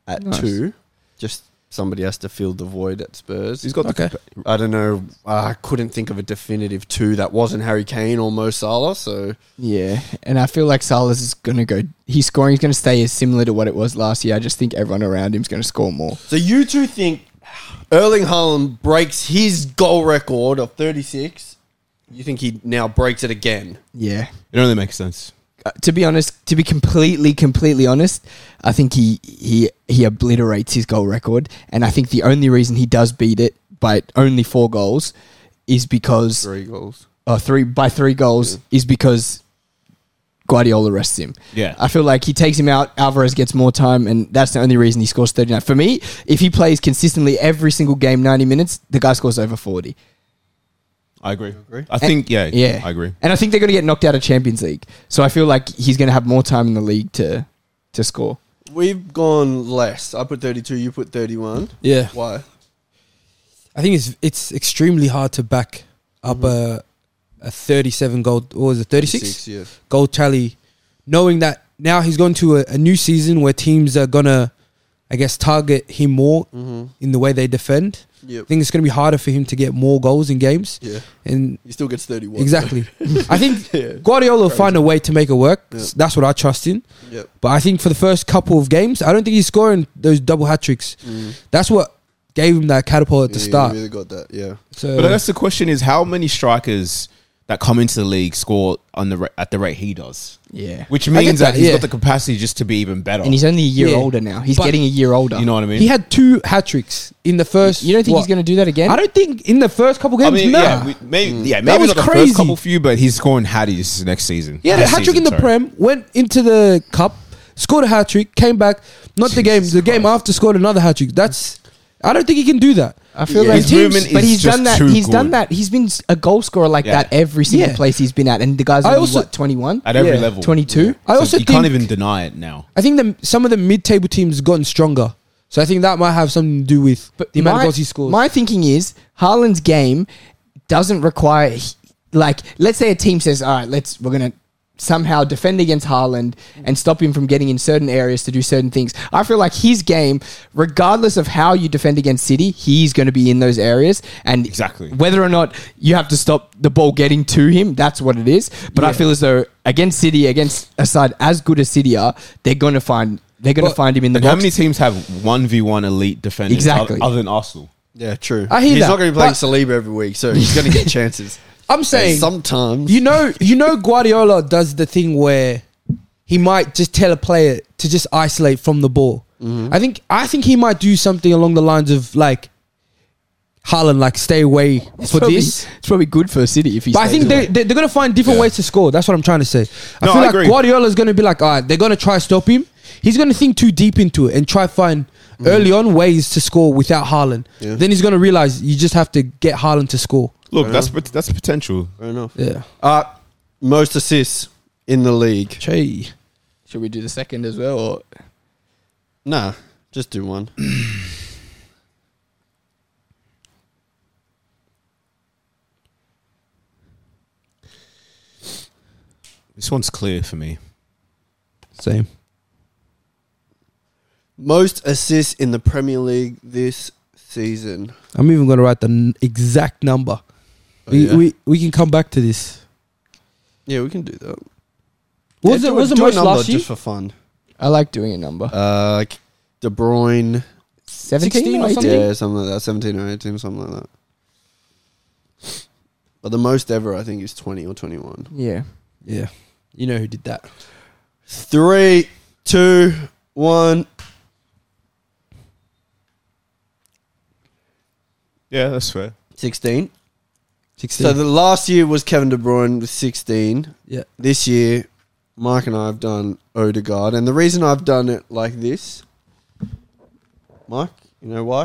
at Nice. two. Just somebody has to fill the void at Spurs. He's got Okay. the. I don't know. I couldn't think of a definitive two that wasn't Harry Kane or Mo Salah. So Yeah, and I feel like Salas is going to go. His scoring is going to stay as similar to what it was last year. I just think everyone around him is going to score more. So you two think Erling Haaland breaks his goal record of 36? You think he now breaks it again? Yeah. It only makes sense. Uh, to be honest, to be completely, completely honest, I think he he he obliterates his goal record, and I think the only reason he does beat it by only four goals is because Three goals. uh, three by three goals is because Guardiola rests him. Yeah. I feel like he takes him out. Alvarez gets more time, and that's the only reason he scores thirty nine. For me, if he plays consistently every single game ninety minutes, the guy scores over forty. I agree. I think yeah. Yeah, I agree. And I think they're going to get knocked out of Champions League, so I feel like he's going to have more time in the league to to score. We've gone less. I put 32, you put 31. Yeah, Why? I think it's it's extremely hard to back up a a thirty-seven goal. What was it? Thirty-six. yeah. goal tally, knowing that now he's going to a, a new season where teams are gonna, I guess, target him more in the way they defend. I Mm-hmm. Yep. think it's gonna be harder for him to get more goals in games. Yeah. And He still gets 31. exactly, I think Yeah. Guardiola will find a way to make it work. S- That's what I trust in. Yep. But I think for the first couple of games, I don't think he's scoring those double hat tricks. That's what gave him that catapult at the Yeah, you start. really got that, yeah. So But I guess the question is, how many strikers that come into the league score on the ra- at the rate he does. Yeah. Which get means that, that, he's yeah. got the capacity just to be even better. And he's only a year Yeah. older now. He's But- getting a year older. Oh. you know what I mean? He had two hat tricks in the first. You don't think what? he's going to do that again? I don't think in the first couple I games. mean, no. yeah, we, maybe, yeah, maybe Mm. was not the crazy. first couple few, but he's scoring hatties next season. Yeah, This hat trick season, in the sorry. Prem, went into the cup, scored a hat trick, came back, not the game, the Jesus game Christ. after scored another hat trick. That's I don't think he can do that. I feel Yeah, like his movement but is he's just done that. too He's done good. that. He's been s- a goal scorer like Yeah. that every single Yeah. place he's been at, and the guys I are also- what twenty one, at every Yeah. level. twenty two. I also you think can't even deny it now. I think the, some of the mid-table teams gotten stronger. So I think that might have something to do with the amount of goals he scores. My thinking is Haaland's game doesn't require like let's say a team says, "All right, let's we're gonna." Somehow defend against Haaland and stop him from getting in certain areas to do certain things. I feel like his game, regardless of how you defend against City, he's going to be in those areas. And Exactly. whether or not you have to stop the ball getting to him, that's what it is. But I feel as though against City, against a side as good as City are, they're going to find they're going to But- find him in the Like, how box. many teams have one v one elite defenders Exactly. oth- other than Arsenal? Yeah, true. I hear he's that, not going to be playing but- Saliba every week, so he's going to get chances. I'm saying sometimes you know you know Guardiola does the thing where he might just tell a player to just isolate from the ball. I think I think he might do something along the lines of like Haaland like stay away for probably- this. It's probably good for City if he's. But I think they, they, they're going to find different Yeah. ways to score. That's what I'm trying to say. I No, feel I like agree. Guardiola's going to be like, all right, they're going to try stop him. He's going to think too deep into it and try find early on ways to score without Haaland. Yeah. Then he's going to realize you just have to get Haaland to score. Look, that's Uh-huh. pot- that's potential. Fair enough. Yeah. Uh, most assists in the league. Che. Should we do the second as well? Or? Nah, just do one. This one's clear for me. Same. Most assists in the Premier League this season. I'm even going to write the n- exact number. we, Oh, yeah. we, we can come back to this. Yeah, we can do that. What Yeah, was, do it, a- what was the do a most number last year? Just for fun. I like doing a number. Uh, K- De Bruyne. 17 or or something? something? Yeah, something like that. 17 or 18, something like that. But the most ever, I think, is 20 or 21. Yeah. Yeah. You know who did that. Three, two, one. Yeah, that's fair. 16. 16. So the last year was Kevin De Bruyne with 16. yeah. This year, Mike and I have done Odegaard. And the reason I've done it like this, Mike, you know why?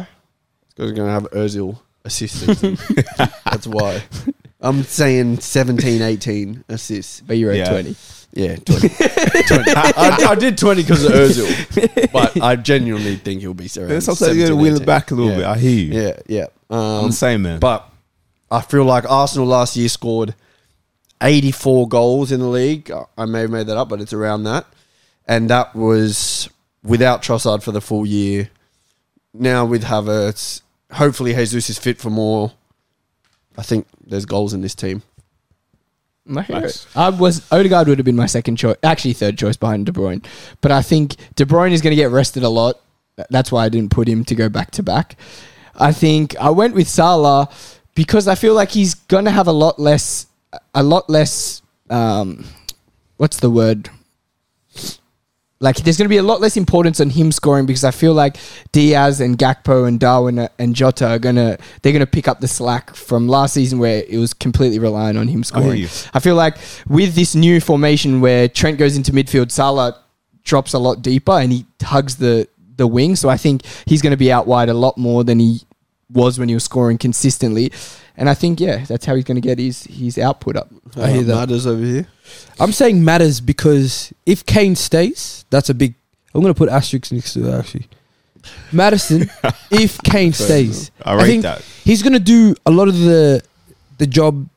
It's because we're going to have Ozil assisting. That's why. I'm saying 17, 18 assists. But you wrote Yeah. 20. Yeah, 20. 20. I, I did 20 because of Ozil. But I genuinely think he'll be serious. Sometimes you gotta win it back a little bit. I hear you. Yeah, yeah. Um, I'm the same, man. But I feel like Arsenal last year scored 84 goals in the league. I- I may have made that up, but it's around that. And that was without Trossard for the full year. Now with Havertz, hopefully Jesus is fit for more. I think there's goals in this team. My hero. Nice. I was Odegaard would have been my second choice, actually third choice behind De Bruyne, but I think De Bruyne is going to get rested a lot. Th- That's why I didn't put him to go back to back. I think I went with Salah because I feel like he's going to have a lot less, a lot less. Um, what's the word? Like there's going to be a lot less importance on him scoring because I feel like Diaz and Gakpo and Darwin a- and Jota are gonna they're gonna pick up the slack from last season where it was completely reliant on him I hear scoring. you. I feel like with this new formation where Trent goes into midfield, Salah drops a lot deeper and he hugs the the wing. So I think he's going to be out wide a lot more than he was when he was scoring consistently. And I think yeah, that's how he's going to get his his output up. I hear that. Matters Um, over here. I'm saying matters because if Kane stays, that's a big. I'm gonna put asterisks next to that actually. Madison, if Kane stays, I rate think that. he's gonna do a lot of the the job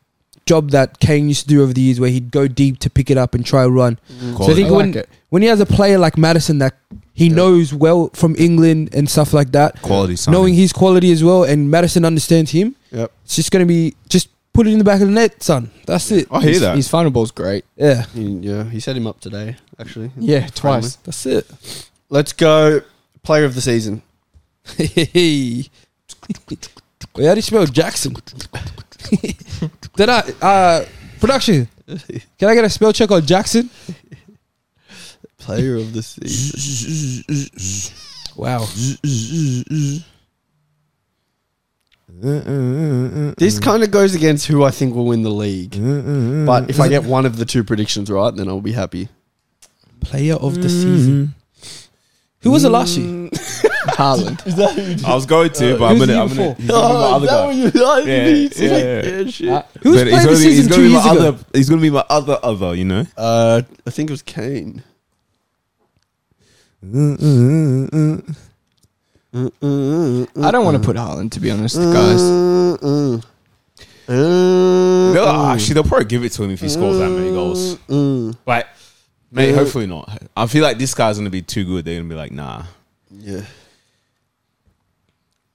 job that Kane used to do over the years, where he'd go deep to pick it up and try a run. So I Quality. think I like when it. when he has a player like Madison that he knows well from England and stuff like that, Quality signing. knowing his quality as well, and Madison understands him, Yep. it's just gonna be just put it in the back of the net, son. That's it. I hear his, that. His final ball's great. Yeah, He, yeah, he set him up today, actually. Yeah, twice. that's it. Let's go player of the season. Hey. Wait, how do you spell Jackson? Did I uh Production. Can I get a spell check on Jackson? Player of the season. Wow. This Mm. kind of goes against who I think will win the league. But if I get one of the two predictions right, then I'll be happy. Player of the season. Who was it last year? Haaland. I was going to, but I'm who's gonna, he I'm gonna, for? Oh, he's gonna be Oh, my other guy. Yeah, yeah, yeah. Uh, Who was But playing the gonna be- season gonna two be my years ago? other, He's gonna be my other other, you know. Uh, I think it was Kane. I don't want to put Haaland, to be honest, Mm. guys. Uh, No, ah, actually, they'll probably give it to him if he scores that many Mm. goals. But, mate, hopefully not. I feel like this guy's going to be too good. They're going to be like, nah. Yeah.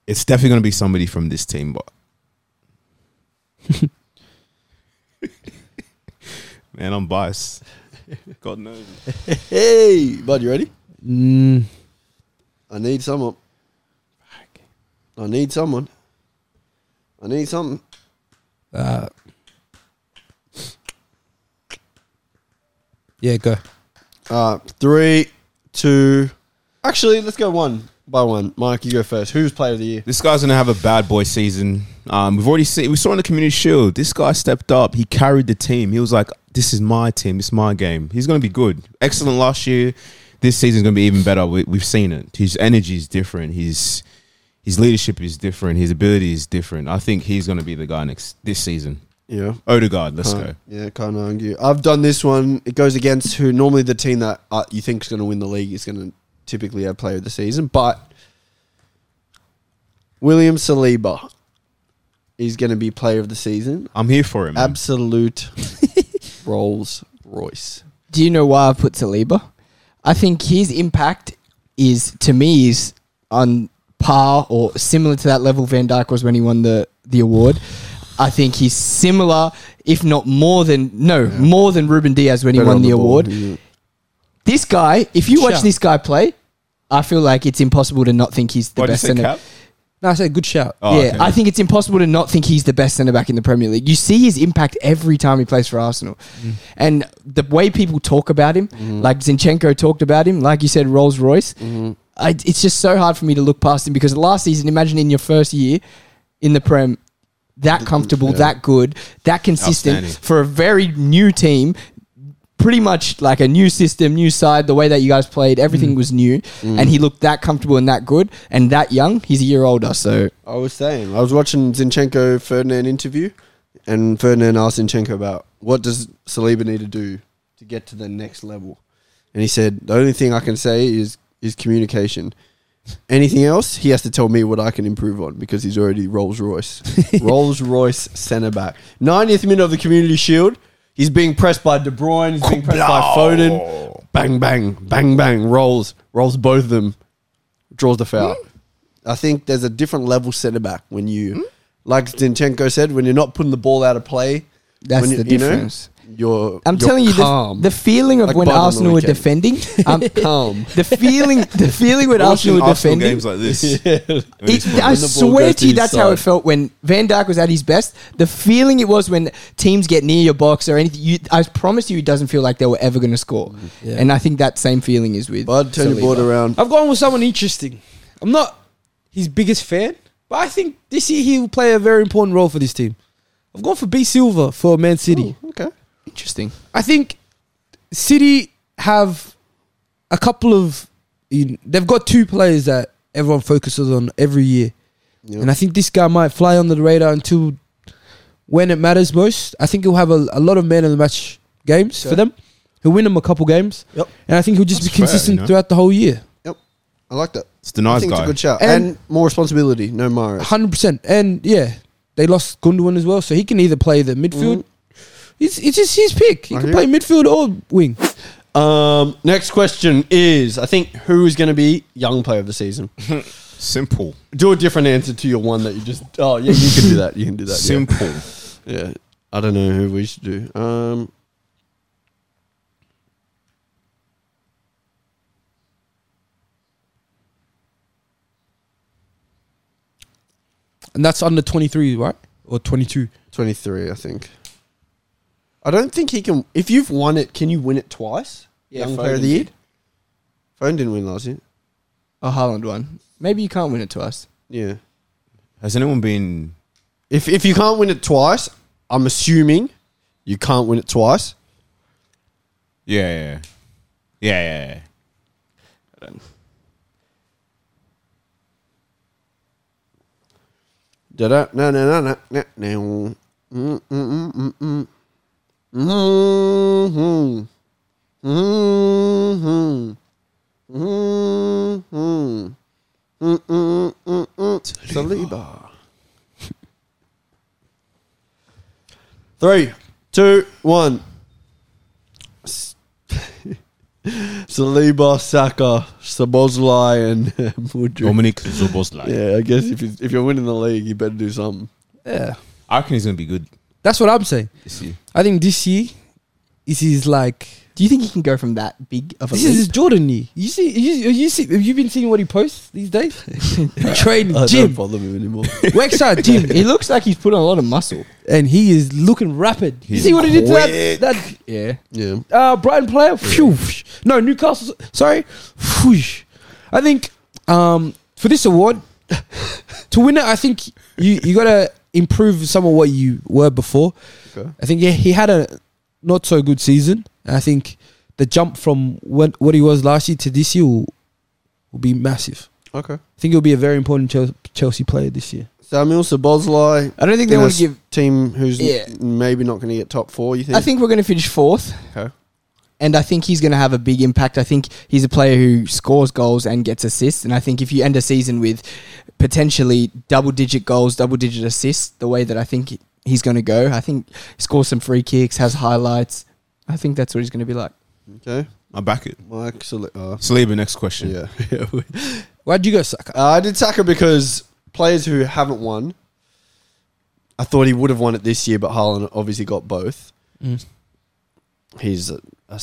It's definitely going to be somebody from this team, but. Man, I'm biased. God knows. Hey, bud, you ready? Mm, I need someone. I need someone. I need something. uh, yeah, go. Uh, three, two. Actually, let's go one by one. Mike, you go first. Who's player of the year? This guy's going to have a bad boy season. Um, we've already seen, we saw in the community shield, this guy stepped up. He carried the team. He was like, this is my team. This is my game. He's going to be good. Excellent last year. This season's going to be even better. We, we've seen it. His energy is different. His, his leadership is different. His ability is different. I think he's going to be the guy next this season. Yeah. Odegaard, let's go. Yeah, can't argue. I've done this one. It goes against who normally the team that uh, you think is going to win the league is going to typically have player of the season, but William Saliba is going to be player of the season. I'm here for him. Mm. man. Absolute Rolls Royce. Do you know why I put Saliba? I think his impact is to me is on par or similar to that level Van Dyke was when he won the the award. I think he's similar, if not more than no, more than Ruben Diaz when he Better won on the, ball. award. Yeah. This guy, if you watch Shout. this guy play, I feel like it's impossible to not think he's the Why'd you best say centre. cap? No, I said good shout. Oh, yeah, okay. I think it's impossible to not think he's the best centre back in the Premier League. You see his impact every time he plays for Arsenal, Mm. and the way people talk about him, like Zinchenko talked about him, like you said, Rolls Royce. Mm-hmm. I, it's just so hard for me to look past him because last season, imagine in your first year in the Prem, that comfortable, that good, that consistent Outstanding. for a very new team. Pretty much like a new system, new side, the way that you guys played, Mm. everything was new. And he looked that comfortable and that good and that young. He's a year older, so I was saying, I was watching Zinchenko Ferdinand interview, and Ferdinand asked Zinchenko about what does Saliba need to do to get to the next level, and he said the only thing I can say is is communication. Anything else, he has to tell me what I can improve on because he's already Rolls Royce, Rolls Royce centre back. 90th minute of the Community Shield, he's being pressed by De Bruyne, he's being pressed by Foden. Bang bang bang bang rolls rolls both of them draws the foul. Hmm. I think there's a different level centre back when you, like Zinchenko said, when you're not putting the ball out of play. That's when you- the you know, difference. you're. I'm you're telling you, calm. the, the feeling of Like when Bob on the Arsenal were weekend. defending, um, calm. the feeling, the feeling when We're Arsenal watching were Arsenal defending. games like this. When It, he's I the ball swear goes to you, to his that's how it side. felt when Van Dijk was at his best. The feeling it was when teams get near your box or anything. You, I promise you, it doesn't feel like they were ever going to score. Yeah. And I think that same feeling is with. Bud, turn your Saliba. board around. I've gone with someone interesting. I'm not his biggest fan, but I think this year he will play a very important role for this team. I've gone for B Silver for Man Oh, City. Okay. Interesting. I think City have a couple of. you- They've got two players that everyone focuses on every year, Yeah. and I think this guy might fly under the radar until when it matters most. I think he'll have a, a lot of man of the match games for Okay. them. He'll win them a couple games, Yep. and I think he'll just That's be fair, you consistent know. throughout the whole year. I like that. It's the I nice think it's a guy. good shout. And, And- more responsibility. No Mara. hundred percent. And yeah, they lost Gundogan as well, so he can either play the midfield. It's it's just his pick. He Mm-hmm. I can hear play midfield or wing. Um, next question is I think who is going to be young player of the season? Simple. do a different answer to your one that you just. Oh, yeah, you can do that. You can do that. yeah. Simple. Yeah. I don't know who we should do. Um And that's under twenty three, right? Or twenty two. 23, I think. I don't think he can. If you've won it, can you win it twice? Yeah, Young Foden player of the year. did. Phone didn't win last year. Oh, Haaland won. Maybe you can't win it twice. Yeah. Has anyone been? If if you can't win it twice, I'm assuming you can't win it twice. Yeah, yeah, yeah, yeah. yeah. Da-da, na, na, na, na, na, na. Mm-mm-mm-mm-mm. Mhm. Mhm. Mhm. Mm-mm-mm-mm. Saliba. Three, two, one. S- Saliba, Saka, Sabozlai, and Mudrik. Dominic Zoboslai. Yeah, I guess if you, if you're winning the league, you better do something. Yeah, I reckon he's gonna be good that's what I'm saying. this year. I think this year is his like Do you think he can go from that big of a this is his leap? Jordan year. You see, you, you see, have you been seeing what he posts these days? Train gym, bother me anymore. works out He gym, looks like he's put on a lot of muscle. and he is looking rapid. You He's see what he did to quick. that, that Yeah. yeah. uh, Brighton player. Phew. No, Newcastle. Sorry. Phew. I think um, for this award, to win it, I think you, you got to improve some of what you were before. Okay. I think yeah, he had a not so good season. And I think the jump from when, what he was last year to this year will, will be massive. Okay. I think he'll be a very important Chel- Chelsea player this year. Samuel Sabozlai. I don't think they want to give. team who's Yeah. n- maybe not going to get top four. You think? I think we're going to finish fourth. Okay. And I think he's going to have a big impact. I think he's a player who scores goals and gets assists. And I think if you end a season with potentially double digit goals, double digit assists, the way that I think he's going to go, I think he scores some free kicks, has highlights. I think that's what he's going to be like. Okay. I back it. Mike Sali- uh, Saliba, next question. Yeah. yeah. we- Why'd you go, Saka? uh, I did Saka because players who haven't won. I thought he would have won it this year, but Haaland obviously got both. Mm. He's a, a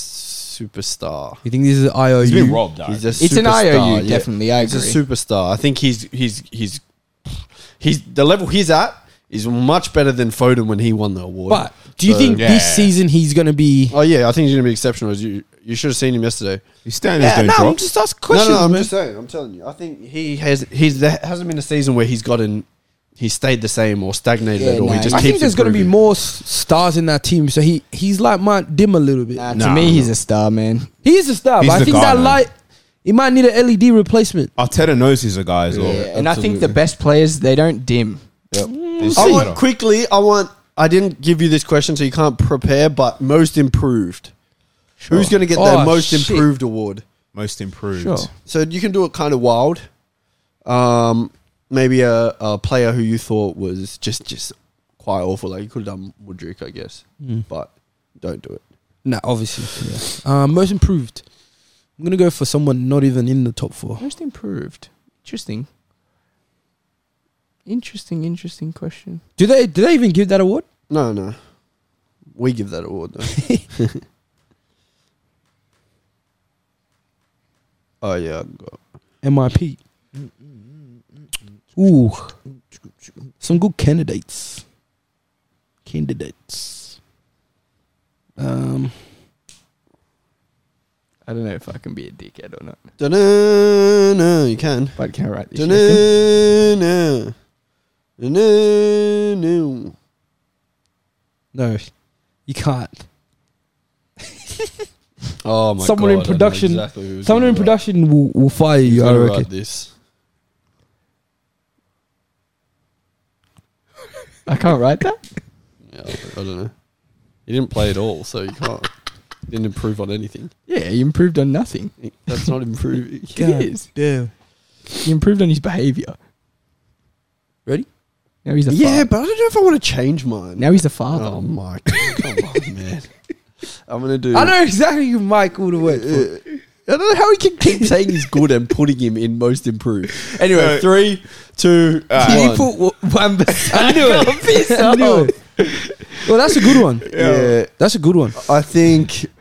superstar. You think this is an IOU? He's been robbed. I He's reckon. a It's an superstar, IOU, yeah. definitely. I He's agree. a superstar. I think he's he's he's he's the level he's at is much better than Foden when he won the award. But do you So- think this Yeah. season he's going to be? oh yeah, I think he's gonna be exceptional. As you you should have seen him yesterday. His standards don't drop. just asking no, no, I'm just saying. I'm telling you. I think he has. He's there hasn't been a season where he's gotten. He stayed the same or stagnated Yeah, at all. he no, just I keeps think there's going to be improving. more s- stars in that team, so he he's like might dim a little bit. Nah, Uh, to Nah, me, nah. he's a star, man. He is a star, He's but I the think guy, that man. light he might need an LED replacement. Arteta knows he's a guy as Yeah, well. and I think the absolutely. best players they don't dim. He's I seen want better. quickly. I want. I didn't give you this question, so you can't prepare. But most improved. Who's going to get Oh, the most shit. improved award? Most improved. Sure. So you can do it kind of wild. Um, maybe a, a player who you thought was just just quite awful. Like you could have done Woodrick, I guess, Hmm. but don't do it. No, obviously. Yeah. Uh, most improved. I'm gonna go for someone not even in the top four. Most improved. Interesting. Interesting, interesting question. Do they? Do they even give that award? No, no. We give that award though. oh yeah, I got- MIP. Ooh, some good candidates. Candidates. Um, I don't know if I can be a dickhead or not, Da-na-na, you can. but can I write this? shit? Da-na-na. Da-na-na. no, you can't. Oh my Someone in God, I know production- exactly who's Someone gonna in write- production will, will fire who's you, I gonna write reckon. this. I can't write that. Yeah, I don't know. He didn't play at all, so you can't. Didn't improve on anything. Yeah, he improved on nothing. That's not improving. God is. Damn. He improved on his behavior. Ready? Now he's a yeah, father. but I don't know if I want to change mine. Now he's a father. oh my god, come on, man! I'm gonna do. I know exactly who Mike would have went for. I don't know how he can keep saying he's good and putting him in most improved. Anyway, No. three, two, Alright. one. Did one I knew it. I knew it. Well, that's a good one. Yeah. That's a good one. I think.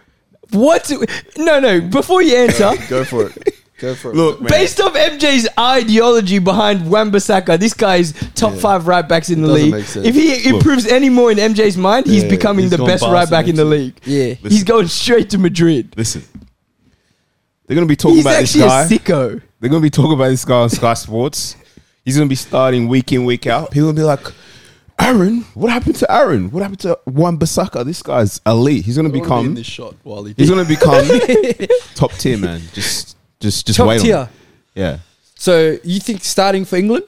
What? No, no. Before you answer, Go for it. Go for it. Look, man, Based off MJ's ideology behind Wambasaka, this guy is top Yeah. five right backs in the Doesn't league. make sense. If he Look. improves any more in MJ's mind, he's Yeah, becoming he's the gone best right back in the Barcelona. league. Yeah. He's going straight to Madrid. listen. They're gonna be talking He's about this actually a guy. sicko. They're gonna be talking about this guy on Sky Sports. He's gonna be starting week in, week out. People will be like, Aaron, what happened to Aaron? What happened to Wan Basaka? This guy's elite. He's gonna become this shot while he he's gonna become top tier, man. Just just just Top wait on tier. it. Yeah. So you think starting for England?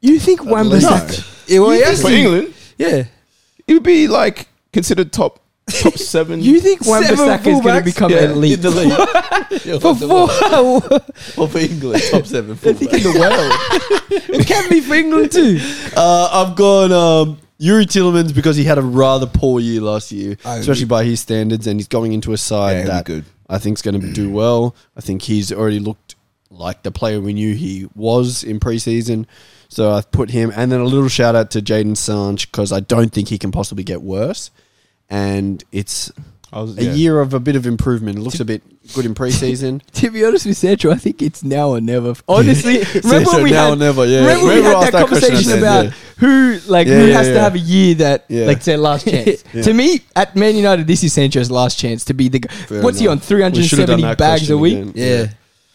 You think Wambasaka- Wambasaka? Yeah, well, You yeah, think for England, yeah. it would be like considered top top seven. You think Seven Wambasaka is going to fullbacks? become Yeah. elite? in the league. Yeah, For the four, world. Or for England, top seven. fullback. it can be for England too. Uh, I've gone um, Yuri Tillemans because he had a rather poor year last year, especially by his standards, and he's going into a Yeah, side he'll be that good. I think's going to do well. I think he's already looked like the player we knew he was in preseason. So I've put him, and then a little shout out to Jaden Sanch because I don't think he can possibly get worse. And it's I was, a yeah. year of a bit of improvement. It looks a bit good in preseason. To be honest with Sancho, I think it's now or never. Honestly, remember Sancho, we now had or never, yeah. remember we Remember I had asked that, that question conversation then, about yeah. who like Yeah, who yeah, has to yeah. have a year that Yeah. like their last chance. To me, at Man United, this is Sancho's last chance to be the. guy. Fair what's he enough. on? Three We hundred should've done seventy that bags a question week. again. Yeah. You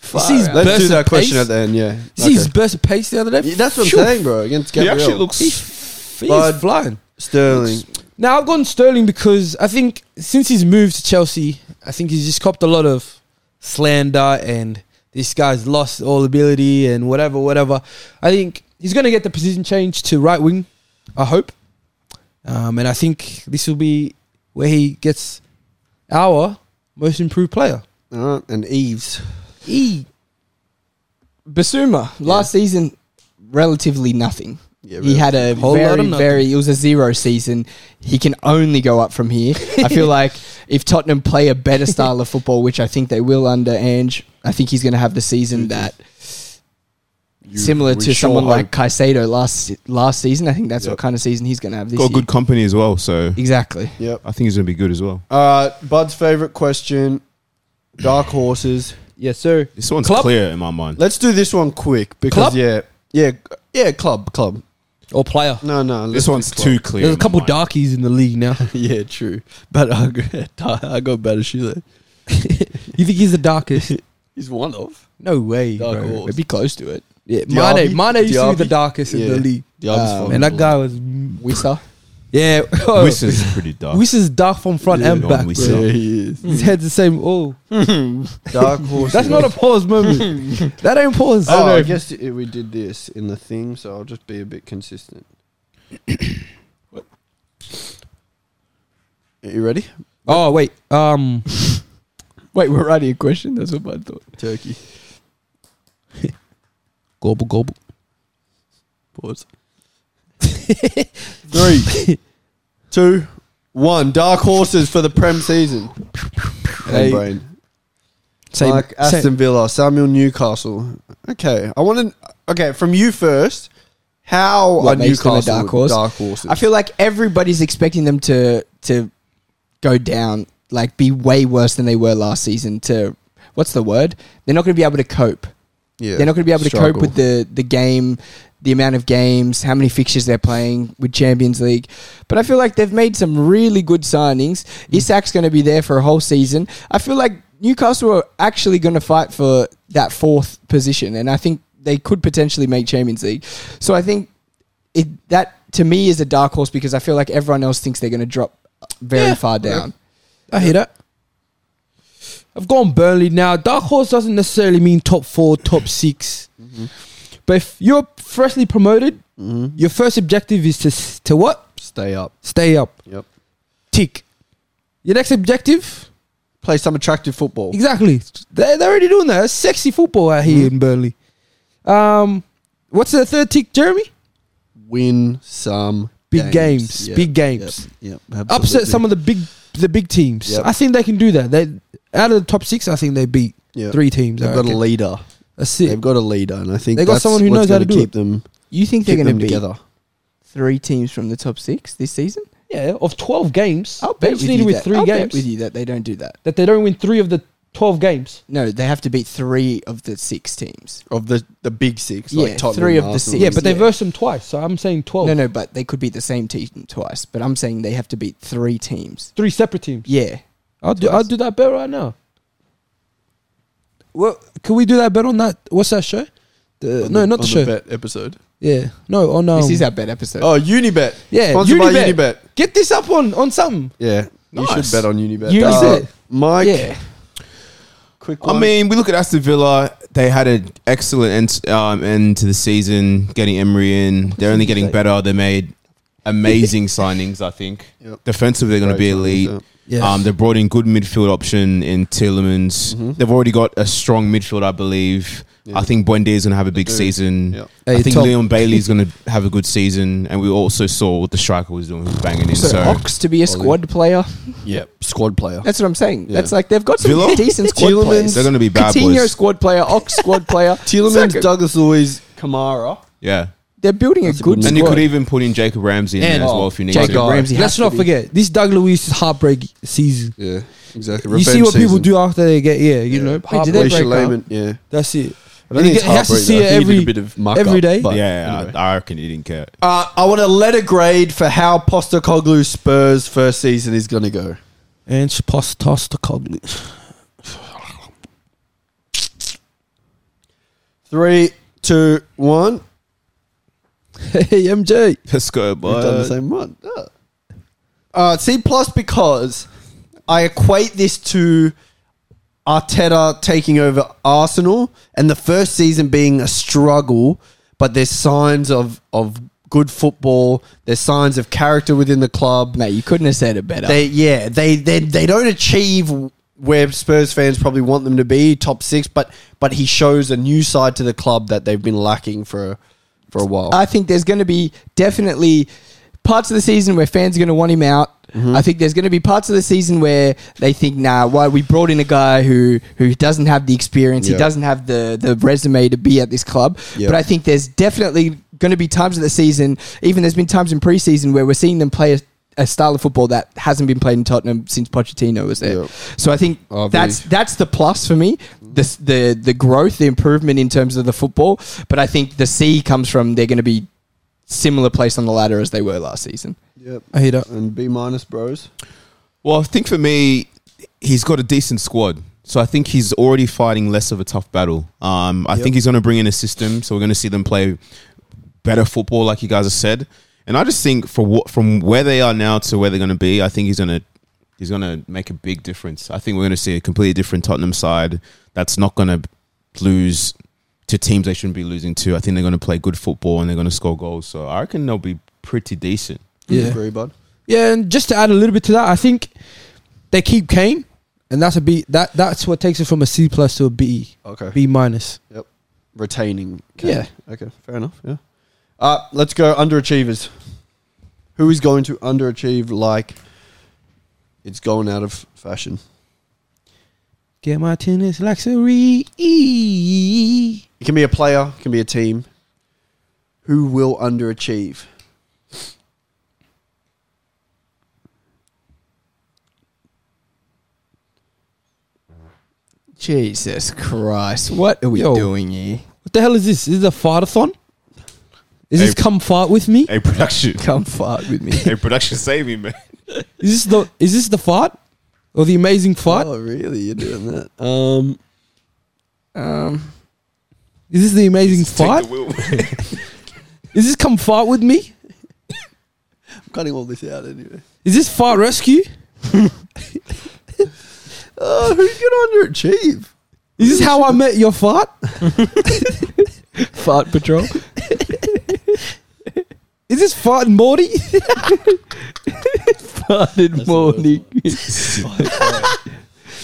Far see his out. Let's do burst that of question at pace. the end, yeah. You see his Okay. burst of pace the other day. Yeah, that's what I'm Phew, saying, bro. Against he Gabriel. actually looks He's But- flying. Sterling. Now I've gone Sterling because I think since he's moved to Chelsea, I think he's just copped a lot of slander and this guy's lost all ability and whatever, whatever. I think he's going to get the position changed to right wing. I hope, um, and I think this will be where he gets our most improved player. All right, and Eves. E. Basuma last season, relatively nothing. Yeah, he had a Whole lot of very, nothing. very. It was a zero season. He can only go up from here. I feel like if Tottenham play a better style of football, which I think they will under Ange, I think he's going to have the season that You- similar we to sure someone hope. like Caicedo last last season. I think that's Yep. what kind of season he's going to have this got year. good company as well, so Exactly. Yep. I think he's gonna be good as well. Uh, Bud's favorite question: Dark horses. Yes, sir. This one's Klopp? clear in my mind. Let's do this one quick because Club? yeah, yeah, yeah. Club, club. Or player. No, no. let's This do one's club. too clear. There's a in my couple mind. darkies in the league now. Yeah, true. But I go, I go Badashile. You think he's the darkest? He's one of. No way, Dark bro. horse. It'd be close to it. Yeah, Diaby? Mane, Mane used to be Diaby? the darkest in Yeah. the league. Diaby's Um, fine. and that guy was, Wissa. yeah, Wiss is pretty dark. Wiss is dark from front Yeah, and no, back. Wiss bro. is- Yeah, he is. His head's the same. Oh, Dark horses. that's not a pause moment. that ain't pause. Oh, I guess it, we did this in the thing, so I'll just be a bit consistent. Are you ready? Oh wait, um, Wait, we're writing a question. That's what I thought. Turkey. gobble gobble. Pause. Three, two, one. Dark horses for the Prem season. Hey. brain. Same, like same- Aston Villa, Samuel Newcastle. Okay, I want to. Okay, from you first. How What are makes them Newcastle a dark horse? dark horses? I feel like everybody's expecting them to to go down, like be way worse than they were last season. To what's the word? They're not going to be able to cope. yeah, They're not going to be able to struggle. cope with the the game, the amount of games, how many fixtures they're playing with Champions League. But I feel like they've made some really good signings. Mm. Isak's going to be there for a whole season. I feel like Newcastle are actually going to fight for that fourth position, and I think they could potentially make Champions League. So I think it that to me is a dark horse because I feel like everyone else thinks they're going to drop very Yeah. far down. I hear that. I've gone Burnley now. Dark horse doesn't necessarily mean top four, top 6 Mm-hmm. but if you're freshly promoted, your first objective is to s- to what? stay up. Stay up. Yep, Tick. Your next objective? play some attractive football. Exactly. They're, they're already doing that. That's sexy football out here in Burnley. Um, what's the third tick, Jeremy? Win some Big games. Yep, Big yep, games. Yep, Upset some of the big the big teams. Yep. I think they can do that. They out of the top six, I think they beat three teams. They've I got a reckon. leader. That's They've it. got a leader, and I think They got that's someone who what's knows how gonna to do keep them. You think Keep they're going them to be together. three teams from the top six this season? Yeah, of twelve games, I'll bet they just with need you to win that- 3 I'll bet games. with you that they don't do that. That they don't win three of the 12 games. No, they have to beat three of the six teams. of the the big six. Yeah, like Tottenham, three of the Arsenal. six. Yeah, but they yeah. versed them twice, so I'm saying 12. Oh. No, no, but they could beat the same team twice. But I'm saying they have to beat three teams. Three separate teams. Yeah. I'll do, I'll Twice. do that bet right now. Well, can we do that bet on that? What's that show? The, no, not the, On show. bet episode. yeah, no, on um, this is our bet episode. Oh, Unibet. yeah, Sponsored by Unibet. Unibet. Get this up on on something. Yeah, you Nice. should bet on Unibet. You Uh, said- Mike. Yeah, Quick I one. mean, we look at Aston Villa. They had an excellent end, um, end to the season, getting Emery in. They're only getting better. They made amazing signings, I think. Yep. Defensively, they're going to Great be signings, elite. yeah. Yes. Um, they brought in good midfield option in Tillemans. They've already got a strong midfield, I believe. Yeah. I think Buendia is going to have a big do. season. Yep. Hey, I think Tom. Leon Bailey is going to have a good season. And we also saw what the striker was doing, he was banging in. so, So, Ox to be a squad player. yeah, squad player. That's what I'm saying. Yeah. That's like they've got some Villa? decent squad Tielemans. players. They're gonna be bad Coutinho boys. squad player, Ox squad player. Tielemans, Saka. Douglas Luiz, Kamara. yeah. They're building a good good And squad. you could even put in Jacob Ramsey in And- there as well Oh, if you need Jacob to. Ramsey. has let's to not be. forget this Doug Luiz heartbreak season. Yeah, exactly. you see what people do after they get yeah, you know, Wait, did heartbreak. they Racial break up? layman. Yeah, That's it. I And he get- he has to heartbreak, though. see it I think he did every- a bit of muck every up, day. but yeah, anyway. I, I reckon he didn't care. Uh, I want a letter grade for how Postacoglu Spurs first season is going to go. And Postacoglu. Three, two, one. Hey MJ. Let's go, We've done the bud. same one. Yeah. Uh, C plus because I equate this to Arteta taking over Arsenal and the first season being a struggle, but there's signs of of good football. There's signs of character within the club. Mate, you couldn't have said it better. They yeah, they they they don't achieve where Spurs fans probably want them to be, top 6, but but he shows a new side to the club that they've been lacking for for a while. I think there's going to be definitely parts of the season where fans are going to want him out. Mm-hmm. I think there's going to be parts of the season where they think, "Nah, why we brought in a guy who who doesn't have the experience, Yeah. he doesn't have the the resume to be at this club." Yeah. But I think there's definitely going to be times in the season, even there's been times in preseason where we're seeing them play a, a style of football that hasn't been played in Tottenham since Pochettino was there. Yeah. So I think I that's that's the plus for me. The, the the growth, the improvement in terms of the football. But I think the C comes from they're going to be similar place on the ladder as they were last season. Yep. I hate it. And B minus bros. Well, I think for me, he's got a decent squad. So I think he's already fighting less of a tough battle. Um, I think he's going to bring in a system. So we're going to see them play better football, like you guys have said. And I just think for what from where they are now to where they're going to be, I think he's going to he's going to make a big difference. I think we're going to see a completely different Tottenham side that's not going to lose to teams they shouldn't be losing to. I think they're going to play good football and they're going to score goals. So I reckon they'll be pretty decent. Yeah. Agree, bud. Yeah, and just to add a little bit to that, I think they keep Kane, and that's a B. That that's what takes it from a C plus to a B, Okay. B minus. retaining. Yeah. Okay. Fair enough. Yeah. Uh, let's go underachievers. Who is going to underachieve like it's going out of fashion? Get my tennis luxury. It can be a player, it can be a team. Who will underachieve? Jesus Christ, what are we Yo. doing here? What the hell is this? Is this a fartathon? Is Hey. this come fart with me? A production, Come fart with me. a production, save me, man. Is this the is this the fart or the amazing fart? Oh, really? You're doing that? Um, um, Is this the amazing fart? Take the wheel. Is this come fart with me? I'm cutting all this out anyway. Is this fart rescue? Oh, who's going to underachieve? Is this how I met your fart? fart patrol. Is this fart and Morty? Farted morning.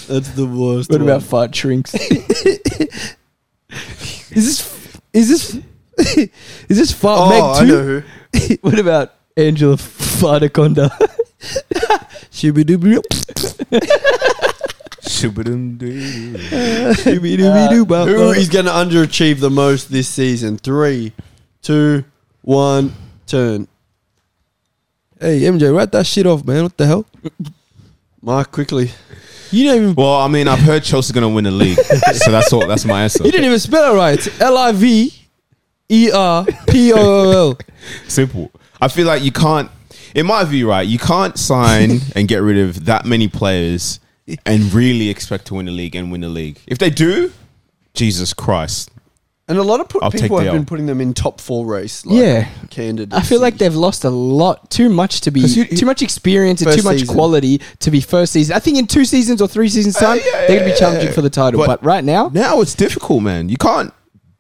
That's the worst. what one. about fart shrinks? Is this is this is this fart Oh, Meg I too? know who. what about Angela Fartaconda? Uh, Shibidubidub. Shubidum-doo. Uh, who is going to underachieve the most this season? Three, two, one, turn. Hey MJ, write that shit off, man. What the hell? Mark, quickly. You don't even. Well, I mean, I've heard Chelsea going to win the league, so that's all. That's my answer. You didn't even spell it right. L I V E R P O O L. Simple. I feel like you can't, in my view, right? You can't sign and get rid of that many players and really expect to win the league and win the league. If they do, Jesus Christ, And a lot of pu- I'll take people the have L. been putting them in top four race. Like, Yeah. candid. I feel like they've lost a lot, too much to be, 'Cause you- too much experience and First too much season. quality to be first season. I think in two seasons or three seasons time, they're gonna be challenging for the title. But, But- right now, now it's difficult, man. You can't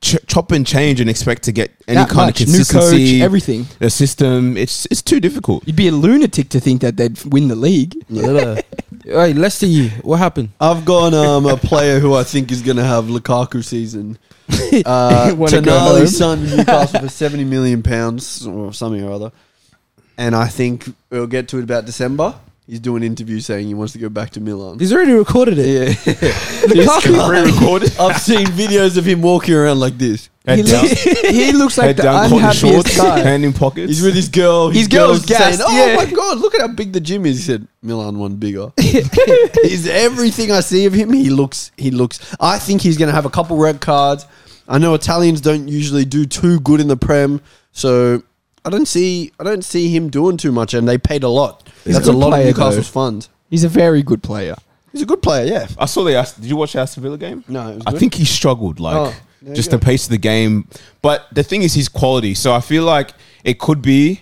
ch- chop and change and expect to get any That kind much. of New coach, consistency. everything. the system. It's it's too difficult. you'd be a lunatic to think that they'd win the league. Hey, Leicester, you. What happened? I've gone um, a player who I think is going to have Lukaku season. Uh, Wanna go home? Tonali signed to Newcastle for seventy million pounds or something or other, and I think we'll get to it about December. He's doing an interview saying he wants to go back to Milan. He's already recorded it. Yeah, Pre-recorded. I've seen videos of him walking around like this. He, Head down, looks, he looks head like the down, cotton shorts, unhappiest guy. hand in pockets. He's with his girl. His girl's gassed, saying, "Oh yeah." my god, look at how big the gym is." He said, "Milan one bigger." he's everything I see of him. He looks. He looks. I think he's going to have a couple red cards. I know Italians don't usually do too good in the Prem, so I don't see. I don't see him doing too much, and they paid a lot. He's That's a a, good lot player, of Newcastle's funds. He's a very good player. He's a good player. Yeah. I saw the. Ast- Did you watch the Aston Villa game? No, it was I good. think he struggled, like Oh, there you just go. the pace of the game. But the thing is, his quality. So I feel like it could be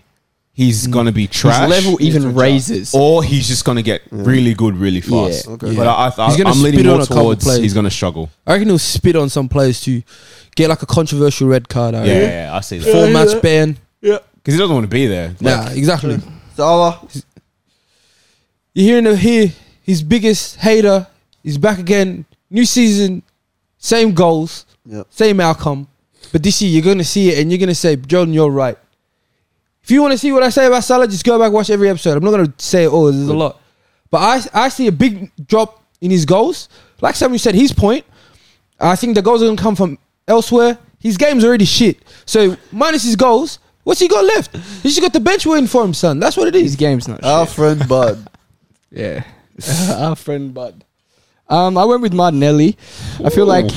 he's Mm. gonna be trash, His level even raises. or he's just gonna get really good really fast. Okay. But I, I, He's gonna I'm leaning spit on more a couple towards players. he's gonna struggle. I reckon he'll spit on some players to get like a controversial red card. I Yeah, reckon. yeah, I see that. Four Because match ban. he doesn't want to be there. Nah, exactly. Salah. You're hearing it here. His biggest hater is back again. New season, same goals, Yep. same outcome. But this year, you're going to see it and you're going to say, Jordan, you're right. If you want to see what I say about Salah, just go back watch every episode. I'm not going to say it all. There's a lot. But I, I see a big drop in his goals. Like Samuel said, his point. I think the goals are going to come from elsewhere. His game's already shit. So minus his goals, what's he got left? He's just got the bench waiting for him, son. That's what it His is. game's Oh, not Our shit. friend Bud. Yeah. Our friend Bud. Um, I went with Martinelli. I feel like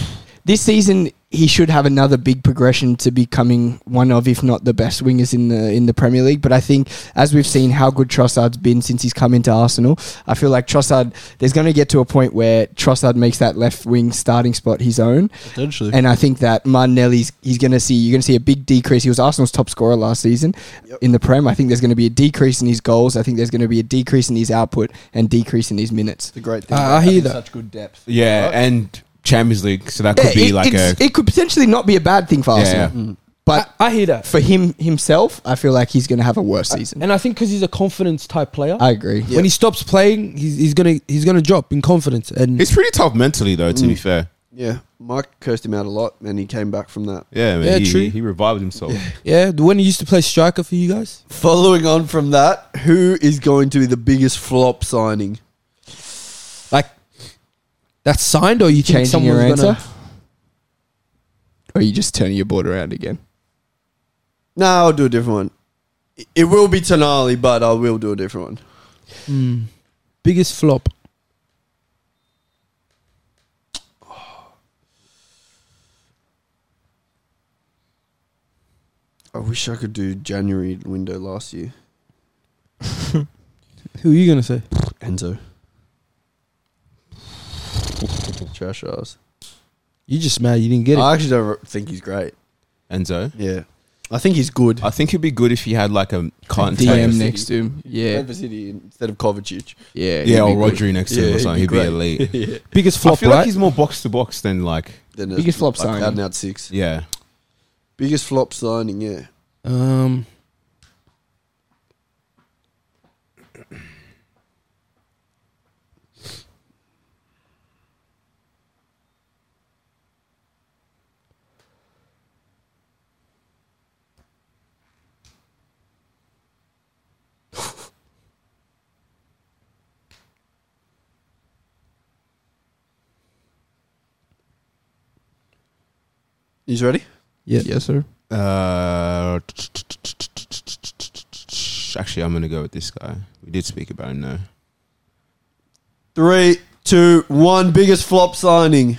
this season he should have another big progression to becoming one of, if not the best wingers in the in the Premier League. But I think as we've seen how good Trossard's been since he's come into Arsenal, I feel like Trossard there's gonna get to a point where Trossard makes that left wing starting spot his own. Potentially. And I think that Martinelli's he's going to see you're going to see a big decrease. He was Arsenal's top scorer last season in the Prem. I think there's going to be a decrease in his goals. I think there's going to be a decrease in his output and decrease in his minutes. It's a great thing. Uh, I about hear having that. Such good depth. Yeah, and Champions League. So that could be it, like a. it's- it could potentially not be a bad thing for Yeah, Arsenal, yeah. Mm. but I, I hear that. for him himself, I feel like he's going to have a worse season. And I think because he's a confidence type player, I agree. when he stops playing, he's, he's gonna he's gonna drop in confidence. And It's pretty tough mentally, though. Mm. To be fair, Yeah. Mike cursed him out a lot, and he came back from that. yeah, man, Yeah, he, true. he revived himself. yeah, the one he used to play striker for you guys. Following on from that, who is going to be the biggest flop signing? Like that's signed, or you think Changing your someone's answer, gonna? or are you just turning your board around again? No, I'll do a different one. I- It will be Tonali, but I will do a different one. Hmm. biggest flop. I wish I could do January window last year. Who are you gonna say? Enzo. Trash ass. You just mad you didn't get it. I actually don't think he's great. Enzo, Yeah. I think he's good. I think it'd be good if he had like a DM contact. next to him. Yeah, Over City instead of Kovacic. yeah, Yeah, or he'd be good. Rodri next to him or he'd something. He'd be great. elite. yeah. biggest flop, I feel right? like he's more box to box than like Then Biggest flop like signing. Out and out six. yeah. Biggest flop signing, yeah. um, He's ready? yeah, Yes, sir. Uh, actually, I'm gonna go with this guy. We did speak about him though. Three, two, one. Biggest flop signing.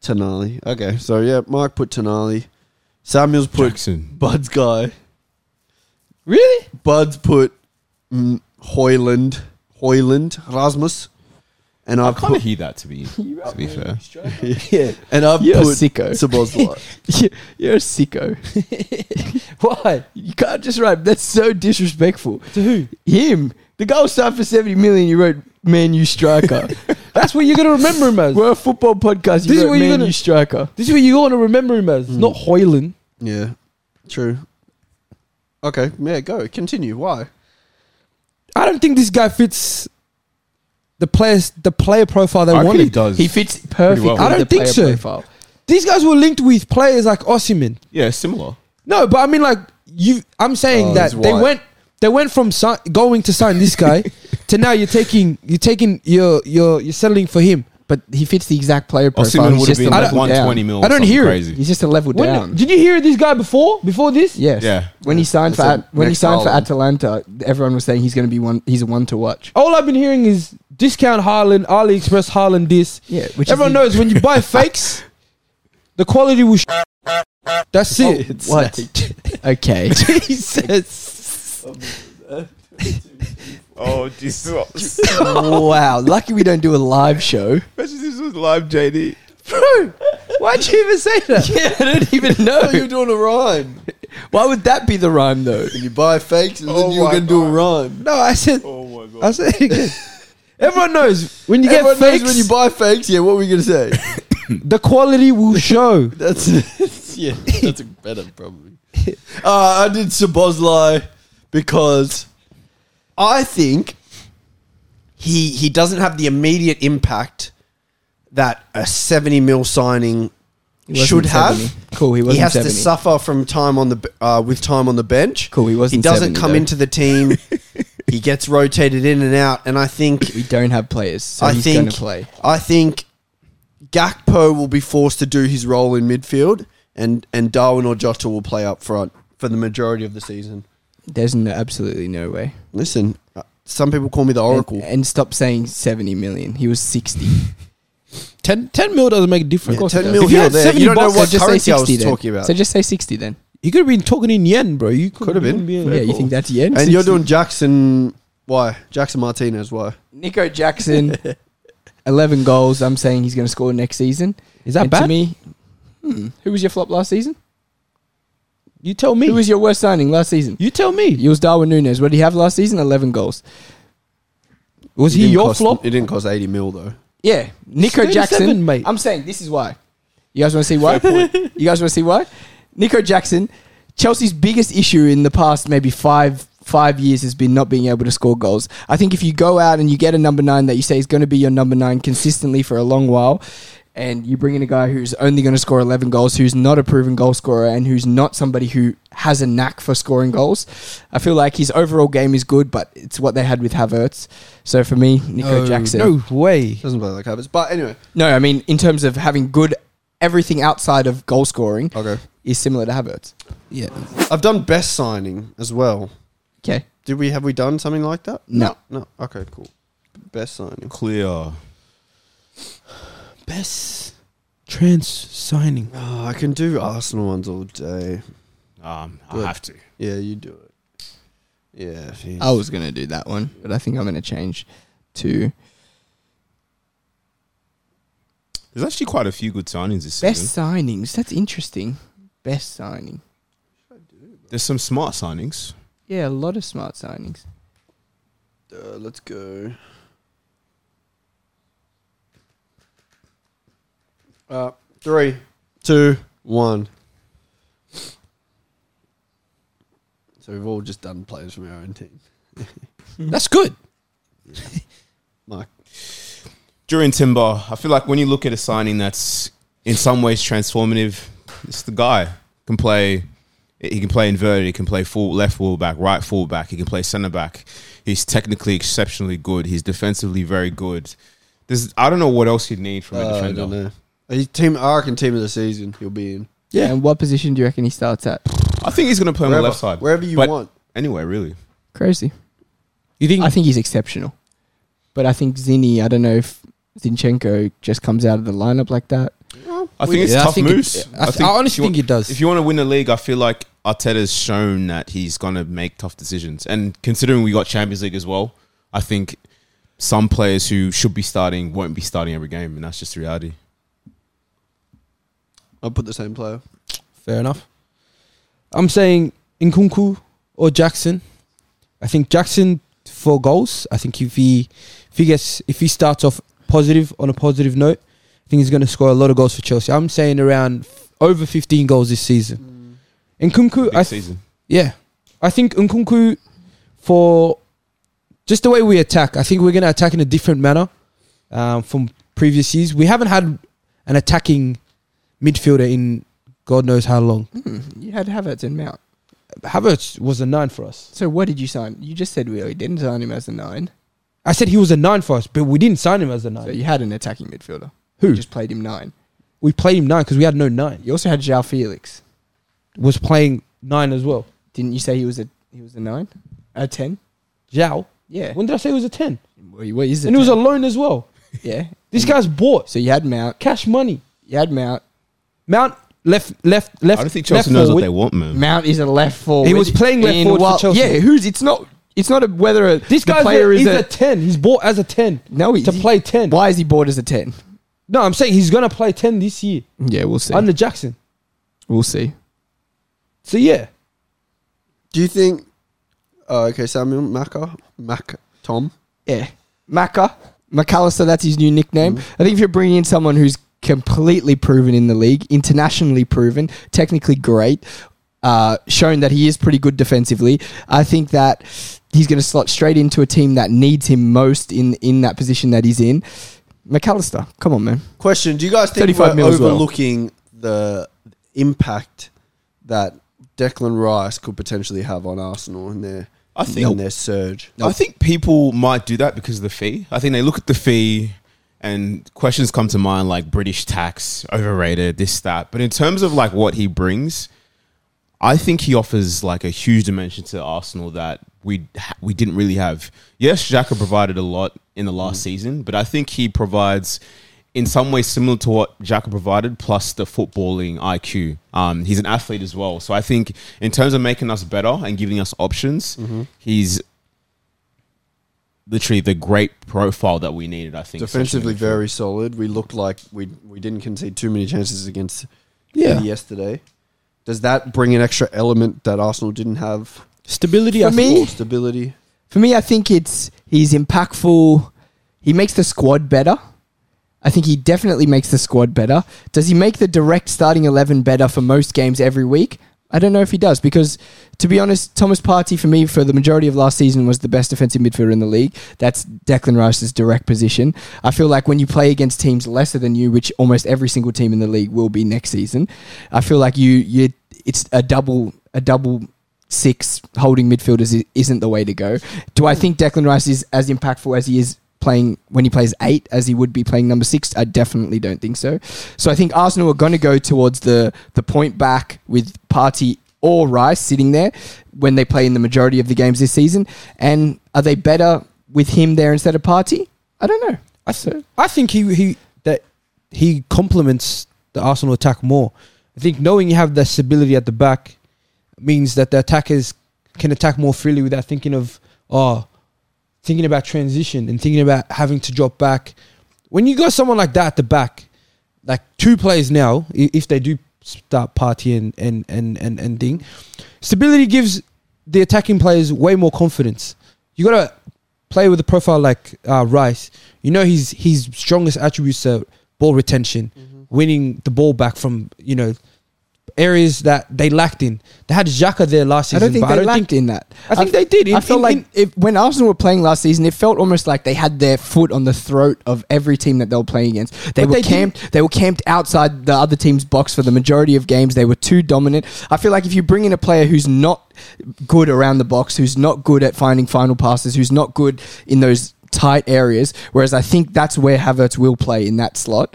Tonali. Okay, so yeah, Mike put Tonali. Samuel's put Jackson. Bud's guy. Really? Bud's put mm, Hoyland. Hoyland Rasmus. And I've I kind put of hear that to be to be fair. yeah, and I've You're a put sicko. Sabozla. You- You're a sicko. Why? You can't just write. That's so disrespectful. To who? Him. The guy was signed for 70 million. You wrote Man U Striker. That's what you're gonna remember him as. We're a football podcast. You This is wrote what you're Man gonna- U Striker. This is what you're gonna remember him as. Not Hoyland. yeah, true. Okay, yeah, go continue. Why? I don't think this guy fits the players the player profile they I reckon he wanted. does. He fits perfectly. well. I don't with the think player so. Profile. These guys were linked with players like Osimhen. yeah, similar. No, but I mean like you I'm saying Oh, that he's they white. went they went from si- going to sign this guy to now you're taking you're taking you're you're you're settling for him. But he fits the exact player profile. Osimhen He's would have just been a like level one twenty down. mil. or I don't something hear it. crazy. He's just a level When- down. did you hear this guy before before this? Yes. Yeah. When he signed for That's At, it. when he Next signed for Haaland. Atalanta, everyone was saying he's going to be one. He's a one to watch. All I've been hearing is discount Haaland, AliExpress Haaland this. Yeah, which Everyone knows when you buy fakes, the quality will. Sh- that's it. knows Oh, what. okay. Jesus. Oh Jesus! wow. Lucky we don't do a live show. Imagine this was live, JD. Bro, why'd you even say that? Yeah, I don't even know. doing a rhyme. Why would that be the rhyme though? You buy fakes and Oh then you my can do a God. rhyme. No, I said. Oh my god! I said it again. Everyone knows when you Everyone get fakes, knows when you buy fakes. Yeah, what were we gonna say? the quality will show. That's yeah, that's better probably. Uh, I did Sabozlai because I think he he doesn't have the immediate impact that a seventy mil signing should have. Cool. He He, wasn't has 70. to suffer from time on the b- uh, with time on the bench. Cool, he wasn't doesn't 70 come though. into the team. he gets rotated in and out, and I think We don't have players, so I he's think going to play. I think Gakpo will be forced to do his role in midfield, and and Darwin or Jota will play up front for the majority of the season. There's no, absolutely no way. Listen, uh, some people call me the And, Oracle. and stop saying 70 million. He was 60. 10, 10 mil doesn't make a difference. Yeah, ten If mil you here or had there. 70 You don't know bucks, what just say currency I 60 was then. talking about. So just say 60 then. you could have been talking in yen, bro. You could Could've been. yeah, you think that's yen? and you're doing Jackson. Why Jackson Martinez? Why? Nico Jackson, 11 goals. I'm saying he's going to score next season. Is that And To bad? me, hmm, who was your flop last season? You tell me. Who was your worst signing last season? you tell me. It was Darwin Nunes. What did he have last season? 11 goals. Was It he didn't your cost- flop? It didn't cost eighty mil though. Yeah, Nico 37, Jackson. mate. I'm saying this is why. You guys want to see why? you guys want to see why? Nico Jackson. Chelsea's biggest issue in the past maybe five five years has been not being able to score goals. I think if you go out and you get a number nine that you say is going to be your number nine consistently for a long while. And you bring in a guy who's only going to score 11 goals, who's not a proven goal scorer, and who's not somebody who has a knack for scoring goals. I feel like his overall game is good, but it's what they had with Havertz. So for me, Nico Jackson. No way. Doesn't play like Havertz. But anyway, No, I mean in terms of having good everything outside of goal scoring okay. is similar to Havertz. Yeah. I've done best signing as well. Okay. Did we have we done something like that? No. No. Okay. Cool. Best signing. Clear. Um, Best trans signing. Oh, I can do Arsenal ones all day. Um, I Good. have to. Yeah, you do it. Yeah. geez. I Oh. was gonna do that one, but I think I'm gonna change to There's actually quite a few good signings this best season. signings. That's interesting. Best signing. There's some smart signings. Yeah, a lot of smart signings. Uh, let's go. Uh, three, two, one. So we've all just done players from our own team. Mm-hmm. That's good. Mike. During Timber, I feel like when you look at a signing that's in some ways transformative, it's the guy can play. He can play inverted. He can play full left full back, right full back. He can play centre back. He's technically exceptionally good. He's defensively very good. There's, I don't know what else you need from a Uh, I defender. don't know. He's team, I reckon team of the season. He'll be in Yeah. And what position do you reckon he starts at? I think he's going to play on wherever, the left side, wherever you But want. Anyway, really, Crazy. You think? I think he's exceptional. But I think Zini, I don't know if Zinchenko just comes out of the lineup like that. I think it's Yeah, I tough think it- moves. I, th- I honestly think it does. If you want to win the league, I feel like Arteta's shown that he's going to make tough decisions. And considering we got Champions League as well, I think some players who should be starting won't be starting every game, and that's just the reality. I'll put the same player. Fair enough. I'm saying Nkunku or Jackson. I think Jackson for goals. I think if he if he gets if he starts off positive on a positive note, I think he's going to score a lot of goals for Chelsea. I'm saying around f- over 15 goals this season. Nkunku, Big I th- season. yeah, I think Nkunku for just the way we attack. I think we're going to attack in a different manner um, from previous years. We haven't had an attacking midfielder in God knows how long. Hmm, You had Havertz and Mount. Havertz was a nine for us. So what did you sign? You just said we didn't sign him as a nine. I said he was a nine for us, but we didn't sign him as a nine. So you had an attacking midfielder. Who? You just played him nine. we played him nine because we had no nine. You also had Jao Felix. Was playing nine as well. Didn't you say he was a he was a nine? A ten? Zhao. Yeah. When did I say he was a ten? What what is it? and he was a loan as well. yeah. This Mm. guy's bought So you had Mount. cash money. You had Mount. Mount left left left. I don't think left Chelsea knows what forward. they want, man. Mount is a left forward. He was playing left in forward for Wa- Chelsea. Yeah, who's it's not it's not a whether a This the guy's player a, is he's a, ten. He's bought as a ten. no he's- to play ten. Why is he bored as a ten? No, I'm saying he's gonna play ten this year Yeah, we'll see. under Jackson. we'll see. So yeah, Do you think? Oh, okay, Samuel Maka, Mac, Tom. Yeah. Maka. McAllister, that's his new nickname. I think if you're bringing in someone who's completely proven in the league, internationally proven, technically great, uh, shown that he is pretty good defensively, I think that he's going to slot straight into a team that needs him most in, in that position that he's in. McAllister, come on, man. Question: Do you guys think 35 we're mil as well. overlooking the impact that Declan Rice could potentially have on Arsenal in their I think- in their surge? I think people might do that because of the fee. I think they look at the fee and questions come to mind like British tax, overrated, this, that. But in terms of like what he brings, I think he offers like a huge dimension to Arsenal that we we didn't really have. Yes, Xhaka provided a lot in the last season, but I think he provides in some ways similar to what Xhaka provided, plus the footballing IQ. Um, he's an athlete as well, so I think in terms of making us better and giving us options, he's literally the great profile that we needed. I think Defensively, especially in midfield. very solid. We looked like we we didn't concede too many chances against yeah. yesterday. Does that bring an extra element that Arsenal didn't have? Stability. I For think- me, Or stability. For me, I think it's he's impactful. He makes the squad better. I think he definitely makes the squad better. Does he make the direct starting eleven better for most games every week? I don't know if he does because, to be honest, Thomas Partey for me for the majority of last season was the best defensive midfielder in the league. That's Declan Rice's direct position. I feel like when you play against teams lesser than you, which almost every single team in the league will be next season, I feel like you you it's a double a double six holding midfielders i- isn't the way to go. Do I think Declan Rice is as impactful as he is playing when he plays eight as he would be playing number six? I definitely don't think so. So I think Arsenal are going to go towards the the point back with Party or Rice sitting there when they play in the majority of the games this season. And are they better with him there instead of Party? I don't know. I, th- I think he, he that he complements the Arsenal attack more. I think knowing you have that stability at the back means that the attackers can attack more freely without thinking of oh thinking about transition and thinking about having to drop back. When you got someone like that at the back, like two players now, i- if they do start partying and and and and thing, stability gives the attacking players way more confidence. You gotta play with a profile like uh, Rice. You know his his strongest attributes are ball retention, Mm-hmm. winning the ball back from you know areas that they lacked in. They had Xhaka there last I don't season, think but they I don't lacked think in that. I think they did. I In- felt in- like in- if, when Arsenal were playing last season, it felt almost like they had their foot on the throat of every team that they were playing against. They But were they didn't- camped. They were camped outside the other team's box for the majority of games. They were too dominant. I feel like if you bring in a player who's not good around the box, who's not good at finding final passes, who's not good in those tight areas, whereas I think that's where Havertz will play in that slot.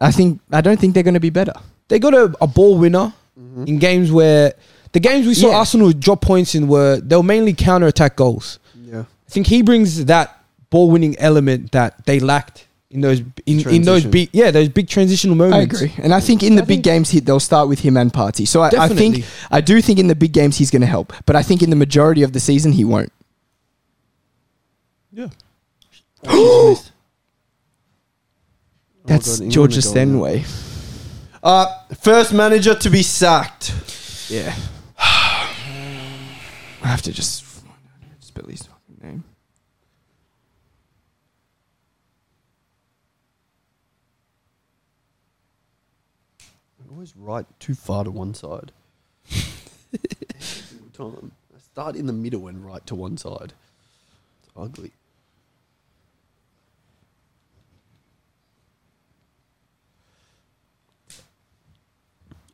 I think I don't think they're going to be better. they got a, a ball winner Mm-hmm. in games where the games we saw Hmm? Yeah. Arsenal drop points in were they were mainly counter attack goals. Yeah. Oh I think he brings that ball winning element that they lacked in those in, in those Transition. big yeah those big transitional I moments. agree, and I think in the I big think- games, hit they'll start with him and Party. So I, I think Definitely. I do think in the big games he's going to help, but I think in the majority of the season he won't. Yeah. That's God, England Georgia are going now. Stenway. Uh, first manager to be sacked. Yeah, I have to just spell his fucking name. always right too far to one side. Every time. I start in the middle and right to one side. It's ugly.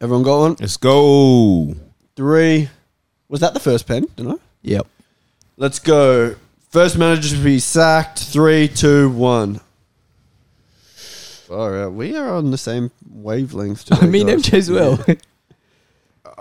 Everyone got one? Let's go. Three. Was that the first pen? Didn't I? Yep. Let's go. First manager to be sacked. Three, two, one. All right, we are on the same wavelength today. I mean guys. MJ as well.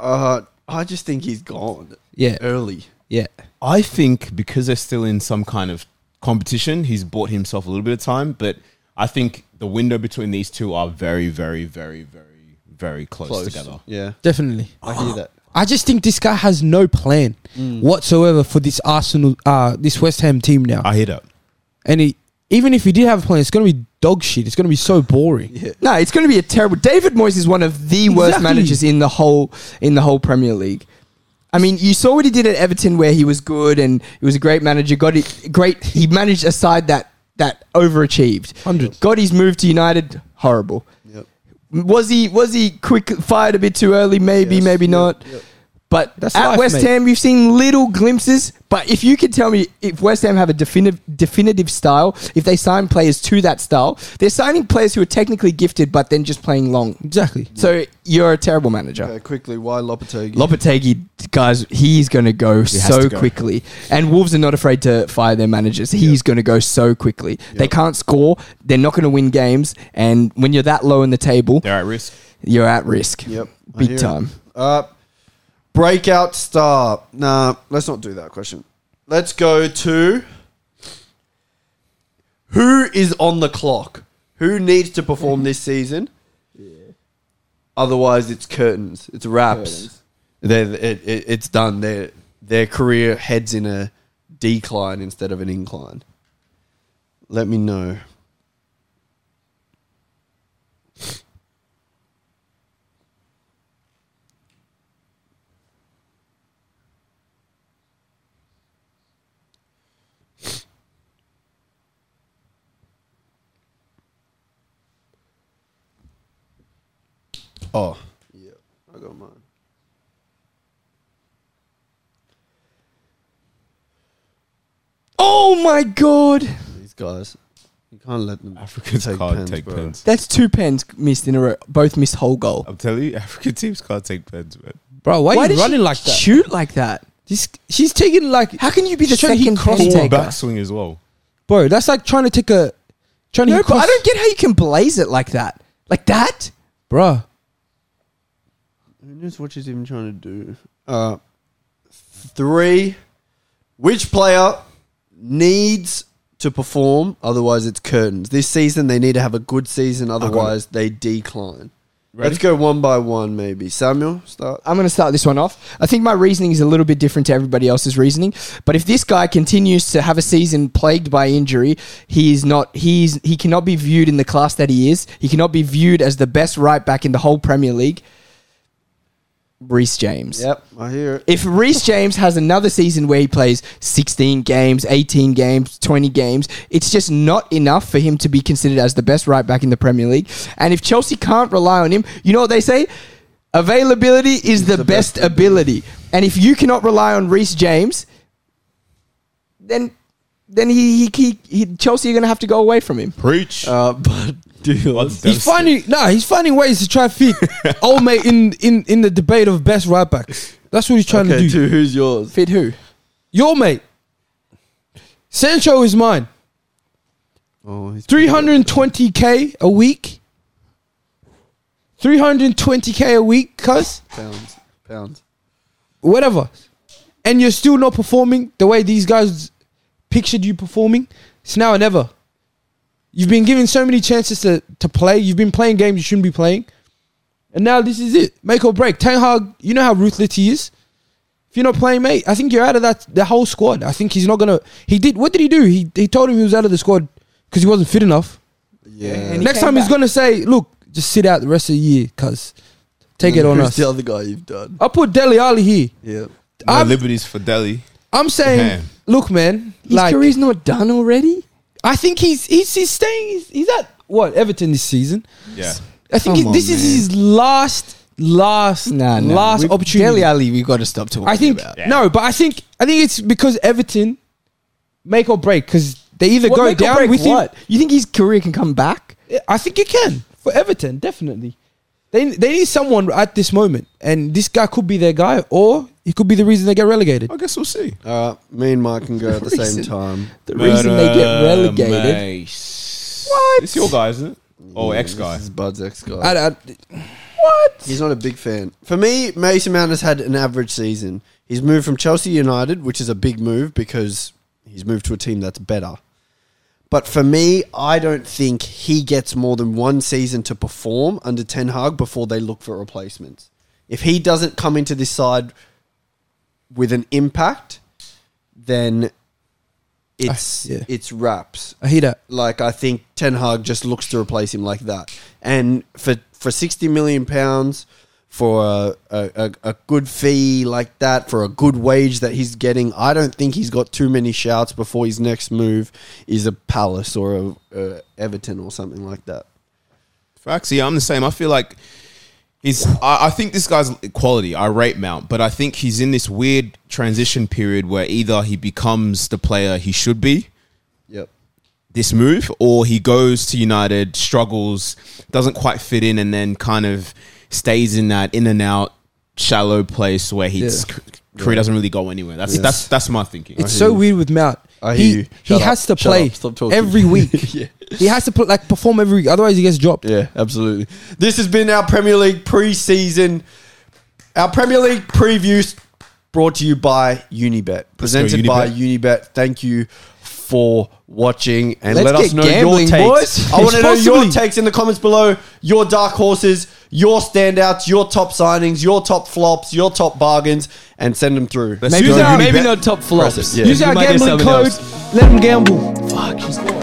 Uh, I just think he's gone Yeah, early. yeah. I think because they're still in some kind of competition, he's bought himself a little bit of time. But I think the window between these two are very, very, very, very, very close, together. Yeah, Definitely. I Ah. hear that. I just think this guy has no plan Mm. whatsoever for this Arsenal, uh, this West Ham team now. I hear that. and he, even if he did have a plan, it's going to be dog shit. It's going to be so boring. Yeah. No, it's going to be a terrible. David Moyes is one of the worst Exactly. managers in the whole in the whole Premier League. I mean, you saw what he did at Everton, where he was good and he was a great manager. Got it, great. He managed a side that that overachieved. 100. Got his move to United. Horrible. Yep. Was he was he quick fired a bit too early? Maybe, Yes, maybe yep, not. yep. But That's at life, West mate. Ham, you've seen little glimpses. But if you could tell me if West Ham have a definitive definitive style, if they sign players to that style, they're signing players who are technically gifted, but then just playing long. Exactly. So you're a terrible manager. Okay, quickly, why Lopetegui? Lopetegui, guys, he's going to go has so to go. quickly. And Wolves are not afraid to fire their managers. He's going to go so quickly. They can't score. They're not going to win games. And when you're that low in the table, They're at risk. you're at risk. yep, I Big hear it. time. Uh, breakout star. Nah, let's not do that question. Let's go to who is on the clock? Who needs to perform this season? Otherwise, it's curtains. It's wraps. They're, it, it, it's done. Their their career heads in a decline instead of an incline. Let me know. Oh, yeah, I got mine. Oh my God. These guys, you can't let them. Africans Take can't pens, take bro. pens. That's two pens missed in a row. Both missed whole goal. I'm telling you, African teams can't take pens, man. Bro, why, Why are did you running she like that? Shoot like that. This, she's taking like, How can you be the Should he second cross pen the taker? Backswing as well. bro, that's like trying to take a, trying No, to but I don't get how you can blaze it like that. Like that? bro. Who knows what she's even trying to do? Uh, three. Which player needs to perform? Otherwise, it's curtains. This season, they need to have a good season. Otherwise, they decline. Ready? Let's go one by one, maybe. Samuel, start. Uh, I'm going to start this one off. I think my reasoning is a little bit different to everybody else's reasoning, but if this guy continues to have a season plagued by injury, he is not he's he cannot be viewed in the class that he is. He cannot be viewed as the best right back in the whole Premier League. Reece James. Yep, I hear it. If Reece James has another season where he plays 16 games, 18 games, 20 games, it's just not enough for him to be considered as the best right back in the Premier League. And if Chelsea can't rely on him, you know what they say? Availability is the, best, ability. And if you cannot rely on Reece James, then then he, he, he, he Chelsea are going to have to go away from him. Preach. Uh, but do you want That's He's finding nah. He's finding ways to try to fit old mate in in in the debate of best right backs. That's what he's trying okay, to do. two, who's yours? Fit who? Your mate, Sancho is mine. Oh, he's Three hundred and twenty k a week. Three hundred and twenty k a week, cuz pounds. Pounds. whatever. And you're still not performing the way these guys pictured you performing. It's now or never. You've been given so many chances to, to play. You've been playing games you shouldn't be playing. And now this is it. Make or break. Ten Hag, you know how ruthless he is. If you're not playing, mate, I think you're out of that the whole squad. I think he's not gonna. He did. What did he do? He he told him he was out of the squad because he wasn't fit enough. Yeah. And he Next came time he's back. gonna say, "Look, just sit out the rest of the year, cuz take it on Mm, Who's us." the other guy you've done? I put Deli Ali here. Yeah. My I'm- liberties for Delhi. I'm saying, Yeah. look, man, His like career's not done already. I think he's he's he's staying. He's, he's at what Everton this season. Yeah. I think Come he- this on, is man. his last last Nah, nah. last We- opportunity. Dele Alli, we've got to stop talking I think about. no, but I think I think it's because Everton make or break because they either What, go make or down break with what? You think his career can come back? him. I think it can for Everton definitely. They they need someone at this moment, and this guy could be their guy, or he could be the reason they get relegated. I guess we'll see. All right. Uh, Me and Mike can go at the same Reason. time. The reason they uh, get relegated. What? It's your guy, isn't it? Oh, ex guy. This is Bud's ex guy. I, I, He's not a big fan. For me, Mason Mount has had an average season. He's moved from Chelsea United, which is a big move because he's moved to a team that's better. But for me, I don't think he gets more than one season to perform under Ten Hag before they look for replacements. If he doesn't come into this side with an impact, then it's yeah. it's wraps I hear that. like I think Ten Hag just looks to replace him like that. And for for sixty million pounds, for a, a, a, a good fee like that, for a good wage that he's getting, I don't think he's got too many shouts before his next move is a Palace or a, a Everton or something like that. Facts. Yeah, I'm the same. I feel like he's. I, I think this guy's quality. I rate Mount, but I think he's in this weird transition period where either he becomes the player he should be, Yep. this move, or he goes to United, struggles, doesn't quite fit in, and then kind of stays in that in and out shallow place where his Yeah. career doesn't really go anywhere. That's Yes. that's that's my thinking. It's so weird with Mount. I hear he you. he Shut has up. to Shut play up. Stop talking. every week. He has to put, like perform every week, otherwise he gets dropped. Yeah, absolutely. This has been our Premier League preseason, our Premier League previews brought to you by Unibet, presented by Unibet. Thank you for watching and Let's let us get know gambling, your takes. boys. I want to know your Responsibly. takes in the comments below. Your dark horses, your standouts, your top signings, your top flops, your top bargains, and send them through. Let's Maybe, go not, Unibet. maybe not top flops. it, yeah. You Use our might get gambling something code. else. Let him gamble. Fuck, he's